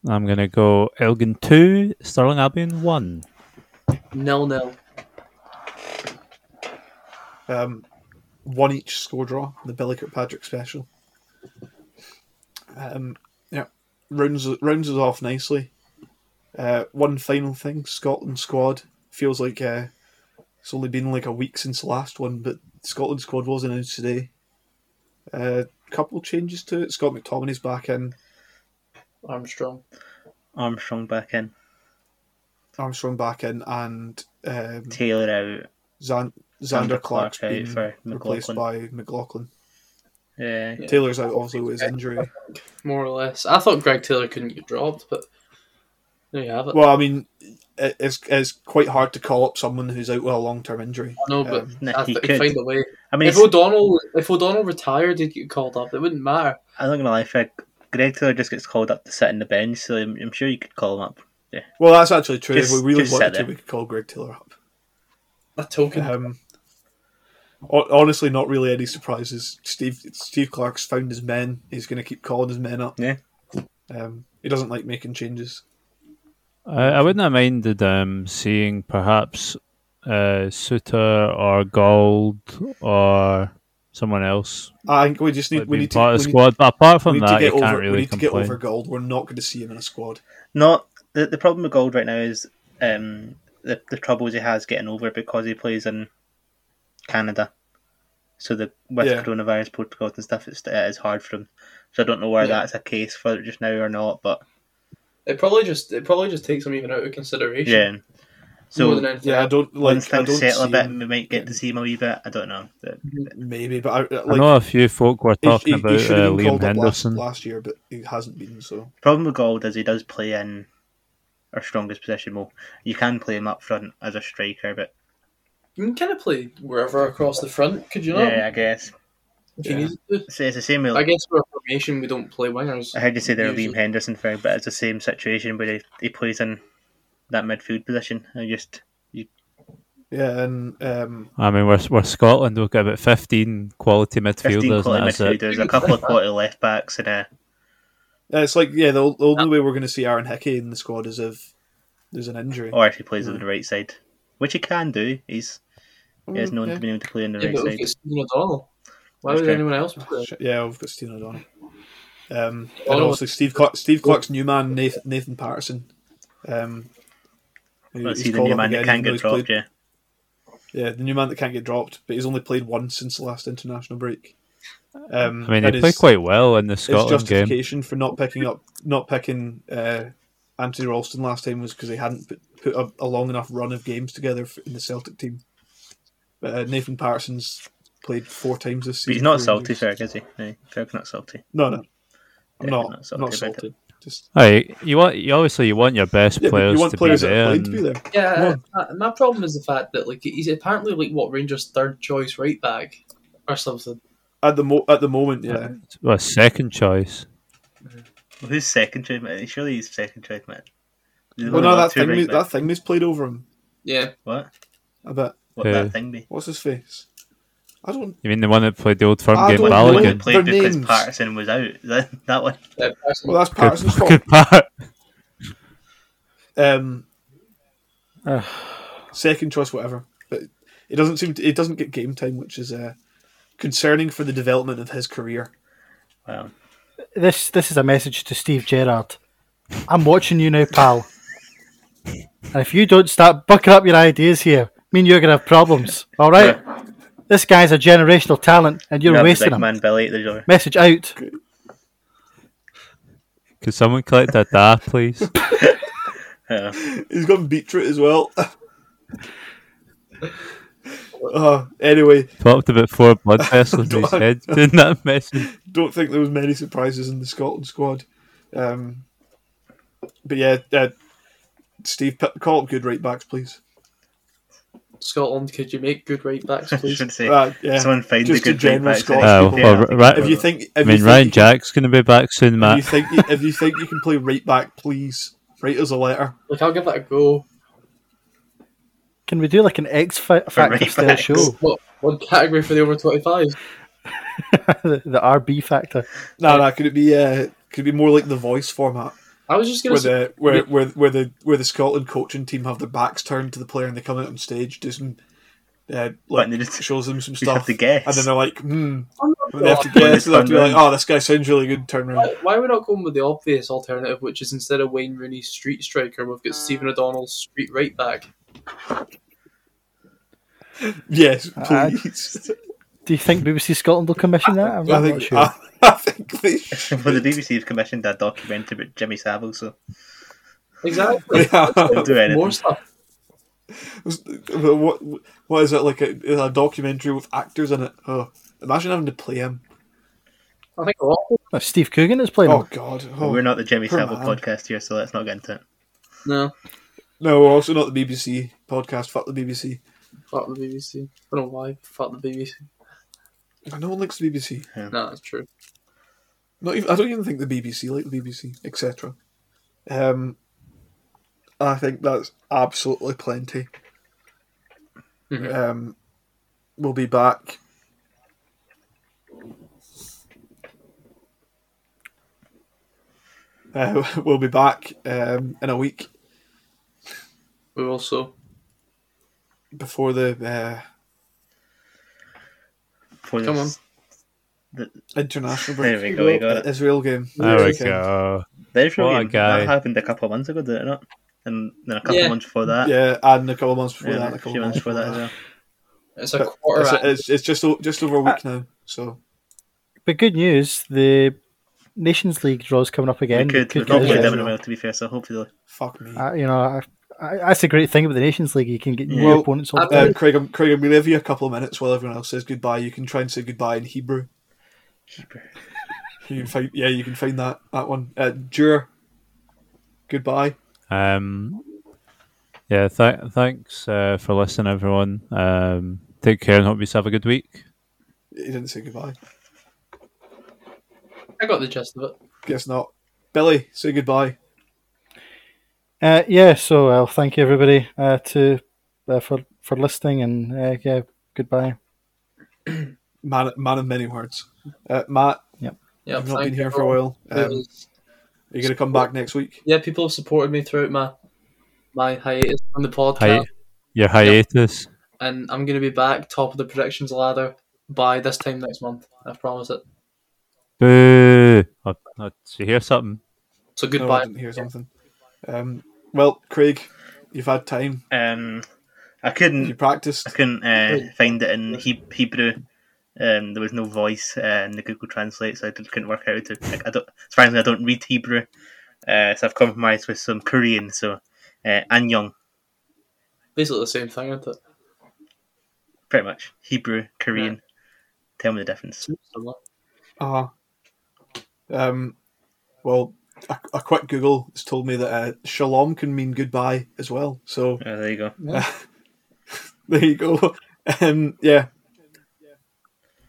[SPEAKER 4] I'm gonna go Elgin two, Stirling Albion one.
[SPEAKER 6] Nil nil.
[SPEAKER 1] Um, one each score draw, the Billy Kirkpatrick special. Um, yeah, rounds rounds us off nicely. Uh, one final thing, Scotland squad feels like uh, it's only been like a week since the last one, but Scotland squad was announced today. A uh, couple changes to it. Scott McTominay's back in.
[SPEAKER 6] Armstrong.
[SPEAKER 3] Armstrong back in,
[SPEAKER 1] Armstrong back in, and um,
[SPEAKER 3] Taylor out,
[SPEAKER 1] Zan-
[SPEAKER 3] Xander
[SPEAKER 1] Xander Clark's
[SPEAKER 3] Clark out
[SPEAKER 1] been
[SPEAKER 3] for
[SPEAKER 1] replaced by McLaughlin.
[SPEAKER 3] uh,
[SPEAKER 1] Taylor's out also with his injury.
[SPEAKER 6] More or less. I thought Greg Taylor couldn't get dropped, but There you have it.
[SPEAKER 1] Well, I mean, it- it's, it's quite hard to call up someone who's out with a long term injury.
[SPEAKER 6] no, but
[SPEAKER 1] um,
[SPEAKER 3] uh, Nah,
[SPEAKER 6] I
[SPEAKER 3] he
[SPEAKER 6] think
[SPEAKER 3] could.
[SPEAKER 6] find a way.
[SPEAKER 3] I mean,
[SPEAKER 6] If
[SPEAKER 3] it's-
[SPEAKER 6] O'Donnell, if O'Donnell retired, he'd get called up. It wouldn't matter.
[SPEAKER 3] I'm not gonna lie, Fred. uh, Greg Taylor just gets called up to sit in the bench, so I'm, I'm sure you could call him up.
[SPEAKER 1] Well, that's actually true. if
[SPEAKER 3] Just-
[SPEAKER 1] we really
[SPEAKER 3] just
[SPEAKER 1] wanted
[SPEAKER 3] said
[SPEAKER 1] to,
[SPEAKER 3] it.
[SPEAKER 1] we could call Greg Taylor up.
[SPEAKER 6] A token.
[SPEAKER 3] Uh-huh.
[SPEAKER 1] Um, ho- honestly, not really any surprises. Steve Steve Clark's found his men. He's going to keep calling his men up.
[SPEAKER 3] Yeah.
[SPEAKER 1] Um, he doesn't like making changes.
[SPEAKER 4] I, I wouldn't have minded um, seeing perhaps uh, Suter or Gold or someone else
[SPEAKER 1] I think we just need
[SPEAKER 4] like,
[SPEAKER 1] we
[SPEAKER 4] being
[SPEAKER 1] need to,
[SPEAKER 4] part of
[SPEAKER 1] we
[SPEAKER 4] the
[SPEAKER 1] need-
[SPEAKER 4] squad. But apart
[SPEAKER 1] we
[SPEAKER 4] from
[SPEAKER 1] need
[SPEAKER 4] that,
[SPEAKER 1] to
[SPEAKER 4] you
[SPEAKER 1] get
[SPEAKER 4] can't
[SPEAKER 1] over we
[SPEAKER 4] really
[SPEAKER 1] need to get
[SPEAKER 4] complain.
[SPEAKER 1] over Gold. We're not going to see him in a squad.
[SPEAKER 3] Not the, the problem with Gold right now is um, the the troubles he has getting over because he plays in Canada, so the with
[SPEAKER 1] Yeah.
[SPEAKER 3] coronavirus protocols and stuff, it's it is hard for him. So I don't know whether
[SPEAKER 6] Yeah.
[SPEAKER 3] that's a case for it just now or not, but
[SPEAKER 6] It probably just it probably just takes him even out of consideration.
[SPEAKER 3] yeah.
[SPEAKER 6] More
[SPEAKER 3] So
[SPEAKER 6] than anything.
[SPEAKER 1] Yeah, I don't
[SPEAKER 3] once
[SPEAKER 1] like. I don't
[SPEAKER 3] things settle a
[SPEAKER 1] see
[SPEAKER 3] bit,
[SPEAKER 1] him-
[SPEAKER 3] we might get to see him a wee bit. I don't know. But-
[SPEAKER 1] maybe, but I,
[SPEAKER 4] I
[SPEAKER 1] like,
[SPEAKER 4] know a few folk were
[SPEAKER 1] he-
[SPEAKER 4] talking
[SPEAKER 1] he, he
[SPEAKER 4] about
[SPEAKER 1] should have
[SPEAKER 4] uh,
[SPEAKER 1] been
[SPEAKER 4] Liam
[SPEAKER 1] called up last,
[SPEAKER 4] Henderson.
[SPEAKER 1] last year, but he hasn't been. So
[SPEAKER 3] problem with Gold is he does play in our strongest position. Well, you can play him up front as a striker, but
[SPEAKER 6] You can kind of play wherever across the front, could you not?
[SPEAKER 3] yeah, I guess
[SPEAKER 6] if
[SPEAKER 1] yeah.
[SPEAKER 6] you needed to.
[SPEAKER 3] so it's the same. With,
[SPEAKER 6] I
[SPEAKER 3] I,
[SPEAKER 6] guess for a formation, we don't play wingers.
[SPEAKER 3] heard you say there
[SPEAKER 6] Usually.
[SPEAKER 3] Liam Henderson for, but it's the same situation where he, he plays in that midfield position. I just
[SPEAKER 1] yeah, and um,
[SPEAKER 4] I mean, we're, we're Scotland. We've got about 15 quality
[SPEAKER 3] fifteen
[SPEAKER 4] midfielders. and
[SPEAKER 3] quality
[SPEAKER 4] that's it.
[SPEAKER 3] midfielders, a couple of quality left backs, and a
[SPEAKER 1] it's like yeah, the, the only way we're going to see Aaron Hickey in the squad is if there's an injury.
[SPEAKER 3] or if he plays on the right side, which he can do. He's he is known
[SPEAKER 1] Yeah.
[SPEAKER 3] to be able to play on the
[SPEAKER 6] Yeah,
[SPEAKER 3] right
[SPEAKER 6] but we've got
[SPEAKER 3] side.
[SPEAKER 6] Stephen O'Donnell. Why
[SPEAKER 3] That's
[SPEAKER 6] would
[SPEAKER 3] true.
[SPEAKER 6] anyone else play?
[SPEAKER 1] Shit, Yeah, we've got Steve O'Donnell. Um, and
[SPEAKER 6] O'Donnell.
[SPEAKER 1] obviously Steve Clark, Steve Clark's new man Nathan, Nathan Patterson. Um, who-
[SPEAKER 3] Let's
[SPEAKER 1] he's
[SPEAKER 3] see the
[SPEAKER 1] called
[SPEAKER 3] new
[SPEAKER 1] up
[SPEAKER 3] man that
[SPEAKER 1] again,
[SPEAKER 3] can
[SPEAKER 1] even though
[SPEAKER 3] get
[SPEAKER 1] he's
[SPEAKER 3] dropped.
[SPEAKER 1] played-
[SPEAKER 3] Yeah,
[SPEAKER 1] yeah, the new man that can't get dropped, but he's only played once since the last international break. Um,
[SPEAKER 4] I mean,
[SPEAKER 1] and
[SPEAKER 4] he played
[SPEAKER 1] his-
[SPEAKER 4] quite well in the
[SPEAKER 1] His
[SPEAKER 4] Scotland game.
[SPEAKER 1] justification for not picking up, not picking uh, Anthony Ralston last time was because they hadn't put, put a, a long enough run of games together f- in the Celtic team. But uh, Nathan Patterson's played four times this season.
[SPEAKER 3] but he's not
[SPEAKER 1] for
[SPEAKER 3] salty,
[SPEAKER 1] Rangers.
[SPEAKER 3] fair, is he? No, Ferg's not salty.
[SPEAKER 1] No, no, I'm
[SPEAKER 3] Definitely
[SPEAKER 1] not.
[SPEAKER 3] not
[SPEAKER 1] I'm
[SPEAKER 3] salty
[SPEAKER 1] not
[SPEAKER 3] about
[SPEAKER 1] salty. Just
[SPEAKER 4] Right, you want you obviously you want your best
[SPEAKER 1] yeah, but
[SPEAKER 4] players,
[SPEAKER 1] you want
[SPEAKER 4] to,
[SPEAKER 1] players
[SPEAKER 4] be
[SPEAKER 1] that
[SPEAKER 4] there,
[SPEAKER 1] are playing
[SPEAKER 4] and
[SPEAKER 1] to be there.
[SPEAKER 6] Yeah, my- my problem is the fact that like he's apparently like what Rangers' third choice right back or something.
[SPEAKER 1] At the mo- at the moment, yeah,
[SPEAKER 4] well, second choice.
[SPEAKER 3] Well, who's second choice? mate? Surely he's second choice, man.
[SPEAKER 1] Well, no, that thing, we- that thing he's played over him
[SPEAKER 6] Yeah,
[SPEAKER 3] What?
[SPEAKER 1] a bit.
[SPEAKER 3] What
[SPEAKER 4] Who?
[SPEAKER 3] that thing be?
[SPEAKER 1] What's his face? I don't.
[SPEAKER 4] You mean the one that played the old firm
[SPEAKER 1] I
[SPEAKER 4] game,
[SPEAKER 1] don't know
[SPEAKER 3] He
[SPEAKER 1] Again.
[SPEAKER 4] Balogun?
[SPEAKER 3] played
[SPEAKER 1] Their
[SPEAKER 3] because
[SPEAKER 1] names.
[SPEAKER 3] Patterson was out. That, that one.
[SPEAKER 6] uh, Patterson-
[SPEAKER 1] Well, that's Patterson's
[SPEAKER 4] Good,
[SPEAKER 1] fault.
[SPEAKER 4] good part.
[SPEAKER 1] Um,
[SPEAKER 5] Ugh.
[SPEAKER 1] second choice, whatever. But it doesn't seem to, it doesn't get game time, which is uh, concerning for the development of his career.
[SPEAKER 3] Wow.
[SPEAKER 5] This this is a message to Steve Gerrard. I'm watching you now, pal. And if you don't start bucking up your ideas here, me and you're gonna have problems. All right. This guy's a generational talent, and you're
[SPEAKER 3] Yeah, the
[SPEAKER 5] wasting
[SPEAKER 3] big
[SPEAKER 5] him.
[SPEAKER 3] man Billy at the door.
[SPEAKER 5] Message out.
[SPEAKER 4] Could someone collect a da, please?
[SPEAKER 3] Yeah.
[SPEAKER 1] He's got beetroot as well. uh, anyway,
[SPEAKER 4] Talked about four blood vessels in his
[SPEAKER 1] Don't-
[SPEAKER 4] head in that message.
[SPEAKER 1] don't think there was many surprises in the Scotland squad. Um, but yeah, uh, Steve, p- call up good right backs, please.
[SPEAKER 6] Scotland, could you make good right backs,
[SPEAKER 3] I
[SPEAKER 6] please?
[SPEAKER 3] should say.
[SPEAKER 1] Uh, yeah,
[SPEAKER 3] Someone find
[SPEAKER 1] just
[SPEAKER 3] the
[SPEAKER 1] a
[SPEAKER 3] good
[SPEAKER 1] general
[SPEAKER 3] right back.
[SPEAKER 1] Scottish
[SPEAKER 4] Oh,
[SPEAKER 1] people.
[SPEAKER 4] well, right-
[SPEAKER 1] If you think, if
[SPEAKER 4] I mean,
[SPEAKER 1] you
[SPEAKER 4] Ryan
[SPEAKER 1] think,
[SPEAKER 4] Jack's going to be back soon,
[SPEAKER 1] if you
[SPEAKER 4] Matt.
[SPEAKER 1] think, you- if you think you can play right back, please write us a letter.
[SPEAKER 6] Like I'll give that a go.
[SPEAKER 5] Can we do like an X fa- Factor
[SPEAKER 3] right
[SPEAKER 5] style
[SPEAKER 3] backs.
[SPEAKER 5] show?
[SPEAKER 6] What one category for the over twenty five?
[SPEAKER 5] the, the RB Factor.
[SPEAKER 1] No, no, could it be? Uh, could it be more like the voice format,
[SPEAKER 6] I was just gonna
[SPEAKER 1] where
[SPEAKER 6] say
[SPEAKER 1] the where, where where the where the Scotland coaching team have their backs turned to the player and they come out on stage, do some, uh, like
[SPEAKER 3] and they just-
[SPEAKER 1] shows them some
[SPEAKER 3] you
[SPEAKER 1] stuff,
[SPEAKER 3] have to guess.
[SPEAKER 1] and then they're like, hmm, and they have to
[SPEAKER 6] why,
[SPEAKER 1] guess, and they have to be like,
[SPEAKER 3] Turn
[SPEAKER 1] oh, this guy sounds really good, turn around.
[SPEAKER 6] why are we not going with the obvious alternative, which is instead of Wayne Rooney's street striker, we've got Stephen O'Donnell's street right back.
[SPEAKER 1] Yes,
[SPEAKER 5] I-
[SPEAKER 1] please.
[SPEAKER 5] Do you think BBC Scotland will commission that? I'm,
[SPEAKER 1] I,
[SPEAKER 5] I'm not
[SPEAKER 1] think
[SPEAKER 5] sure.
[SPEAKER 1] I, I think they
[SPEAKER 3] well, the BBC have commissioned a documentary about Jimmy Savile, so
[SPEAKER 6] Exactly.
[SPEAKER 1] should.
[SPEAKER 3] they'll do anything.
[SPEAKER 6] More stuff.
[SPEAKER 1] what what is it like a, a documentary with actors in it? Oh, imagine having to play him.
[SPEAKER 6] I think we're all
[SPEAKER 5] No, Steve Coogan is playing.
[SPEAKER 1] Oh
[SPEAKER 5] him.
[SPEAKER 1] God,
[SPEAKER 3] But
[SPEAKER 1] oh,
[SPEAKER 3] We're not the Jimmy
[SPEAKER 1] poor
[SPEAKER 3] Savile
[SPEAKER 1] man.
[SPEAKER 3] podcast here, so let's not get into it.
[SPEAKER 6] No,
[SPEAKER 1] No, also not the BBC podcast. Fuck the BBC.
[SPEAKER 6] fuck the BBC. I don't know why. Fuck the BBC.
[SPEAKER 1] No one likes the BBC.
[SPEAKER 6] No, that's true.
[SPEAKER 1] Not even. I don't even think the BBC like the BBC, etc. Um, I think that's absolutely plenty.
[SPEAKER 6] Mhm.
[SPEAKER 1] Um, we'll be back. Uh, we'll be back um, in a week
[SPEAKER 6] We also
[SPEAKER 1] before the uh,
[SPEAKER 3] For
[SPEAKER 6] Come
[SPEAKER 3] this-
[SPEAKER 1] international break.
[SPEAKER 3] There we go, we got it.
[SPEAKER 1] Israel game.
[SPEAKER 4] There we
[SPEAKER 1] Weekend.
[SPEAKER 4] go.
[SPEAKER 3] The Israel
[SPEAKER 4] What a
[SPEAKER 3] game,
[SPEAKER 4] guy.
[SPEAKER 3] that happened a couple of months ago, did it not? And then a couple
[SPEAKER 6] Yeah.
[SPEAKER 3] of months before that.
[SPEAKER 1] Yeah, and a couple of months before
[SPEAKER 3] Yeah,
[SPEAKER 1] that, and
[SPEAKER 3] a
[SPEAKER 1] a couple
[SPEAKER 3] few
[SPEAKER 1] of
[SPEAKER 3] months
[SPEAKER 1] months
[SPEAKER 3] before that as well.
[SPEAKER 6] it's a
[SPEAKER 1] But
[SPEAKER 6] quarter.
[SPEAKER 1] It's,
[SPEAKER 6] act.
[SPEAKER 1] it's, it's just o- just over a week now, so
[SPEAKER 5] But good news, the Nations League draws coming up again.
[SPEAKER 3] we could,
[SPEAKER 5] Good
[SPEAKER 3] we've not
[SPEAKER 5] news.
[SPEAKER 3] played them
[SPEAKER 1] Israel.
[SPEAKER 3] in a while, to be fair, so hopefully
[SPEAKER 1] fuck
[SPEAKER 6] Ah.
[SPEAKER 1] me.
[SPEAKER 5] Uh, you know, I, I, that's the great thing about the Nations League. You can get new
[SPEAKER 1] Well,
[SPEAKER 5] opponents all the
[SPEAKER 1] Uh,
[SPEAKER 5] time.
[SPEAKER 1] Craig, I'm, Craig, I'm going to give you a couple of minutes while everyone else says goodbye. You can try and say goodbye in Hebrew. You can find, yeah, you can find that that one. Uh, Jur, goodbye.
[SPEAKER 4] Um, yeah, th- thanks uh, for listening, everyone. Um, take care and hope you have a good week.
[SPEAKER 1] He didn't say goodbye.
[SPEAKER 6] I got the gist of it.
[SPEAKER 1] Guess not. Billy, say goodbye.
[SPEAKER 5] Uh, yeah, so I'll thank you everybody uh, to uh, for for listening and uh, yeah, goodbye.
[SPEAKER 1] Man, man of many words. Uh, Matt,
[SPEAKER 6] Yeah,
[SPEAKER 1] you've not
[SPEAKER 6] thank
[SPEAKER 1] been here for a
[SPEAKER 6] everyone
[SPEAKER 1] while. Um,
[SPEAKER 6] who
[SPEAKER 1] are you
[SPEAKER 6] was-
[SPEAKER 1] going to come back next week?
[SPEAKER 6] yeah, people have supported me throughout my my hiatus on the podcast,
[SPEAKER 4] Hi- your hiatus.
[SPEAKER 6] and I'm going to be back top of the predictions ladder by this time next month. I promise it.
[SPEAKER 4] Boo! Oh, oh, did you hear something?
[SPEAKER 6] So
[SPEAKER 1] No, I
[SPEAKER 6] goodbye.
[SPEAKER 1] didn't hear something. Um, well, Craig, you've had time.
[SPEAKER 3] Um, I
[SPEAKER 1] You
[SPEAKER 3] couldn't,
[SPEAKER 1] practiced.
[SPEAKER 3] I couldn't uh, find it in he- Hebrew. Um, there was no voice uh, in the Google Translate, so I didn't, couldn't work out how to. Like, I don't. Frankly, I don't read Hebrew, uh, so I've compromised with some Korean. So, uh, Anyong,
[SPEAKER 6] Basically the same thing, isn't it?
[SPEAKER 3] pretty much Hebrew, Korean. Tell me the difference.
[SPEAKER 6] Similar.
[SPEAKER 1] Uh-huh. Um, well, a, a quick Google has told me that uh, shalom can mean goodbye as well. So
[SPEAKER 3] Oh, there you go.
[SPEAKER 1] there you go. Um, yeah.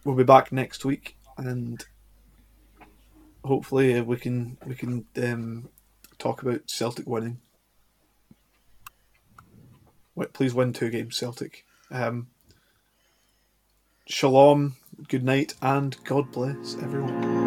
[SPEAKER 1] We'll be back next week, and hopefully uh, we can we can um, talk about Celtic winning. Wait, please win two games, Celtic. Um, shalom, good night, and God bless everyone.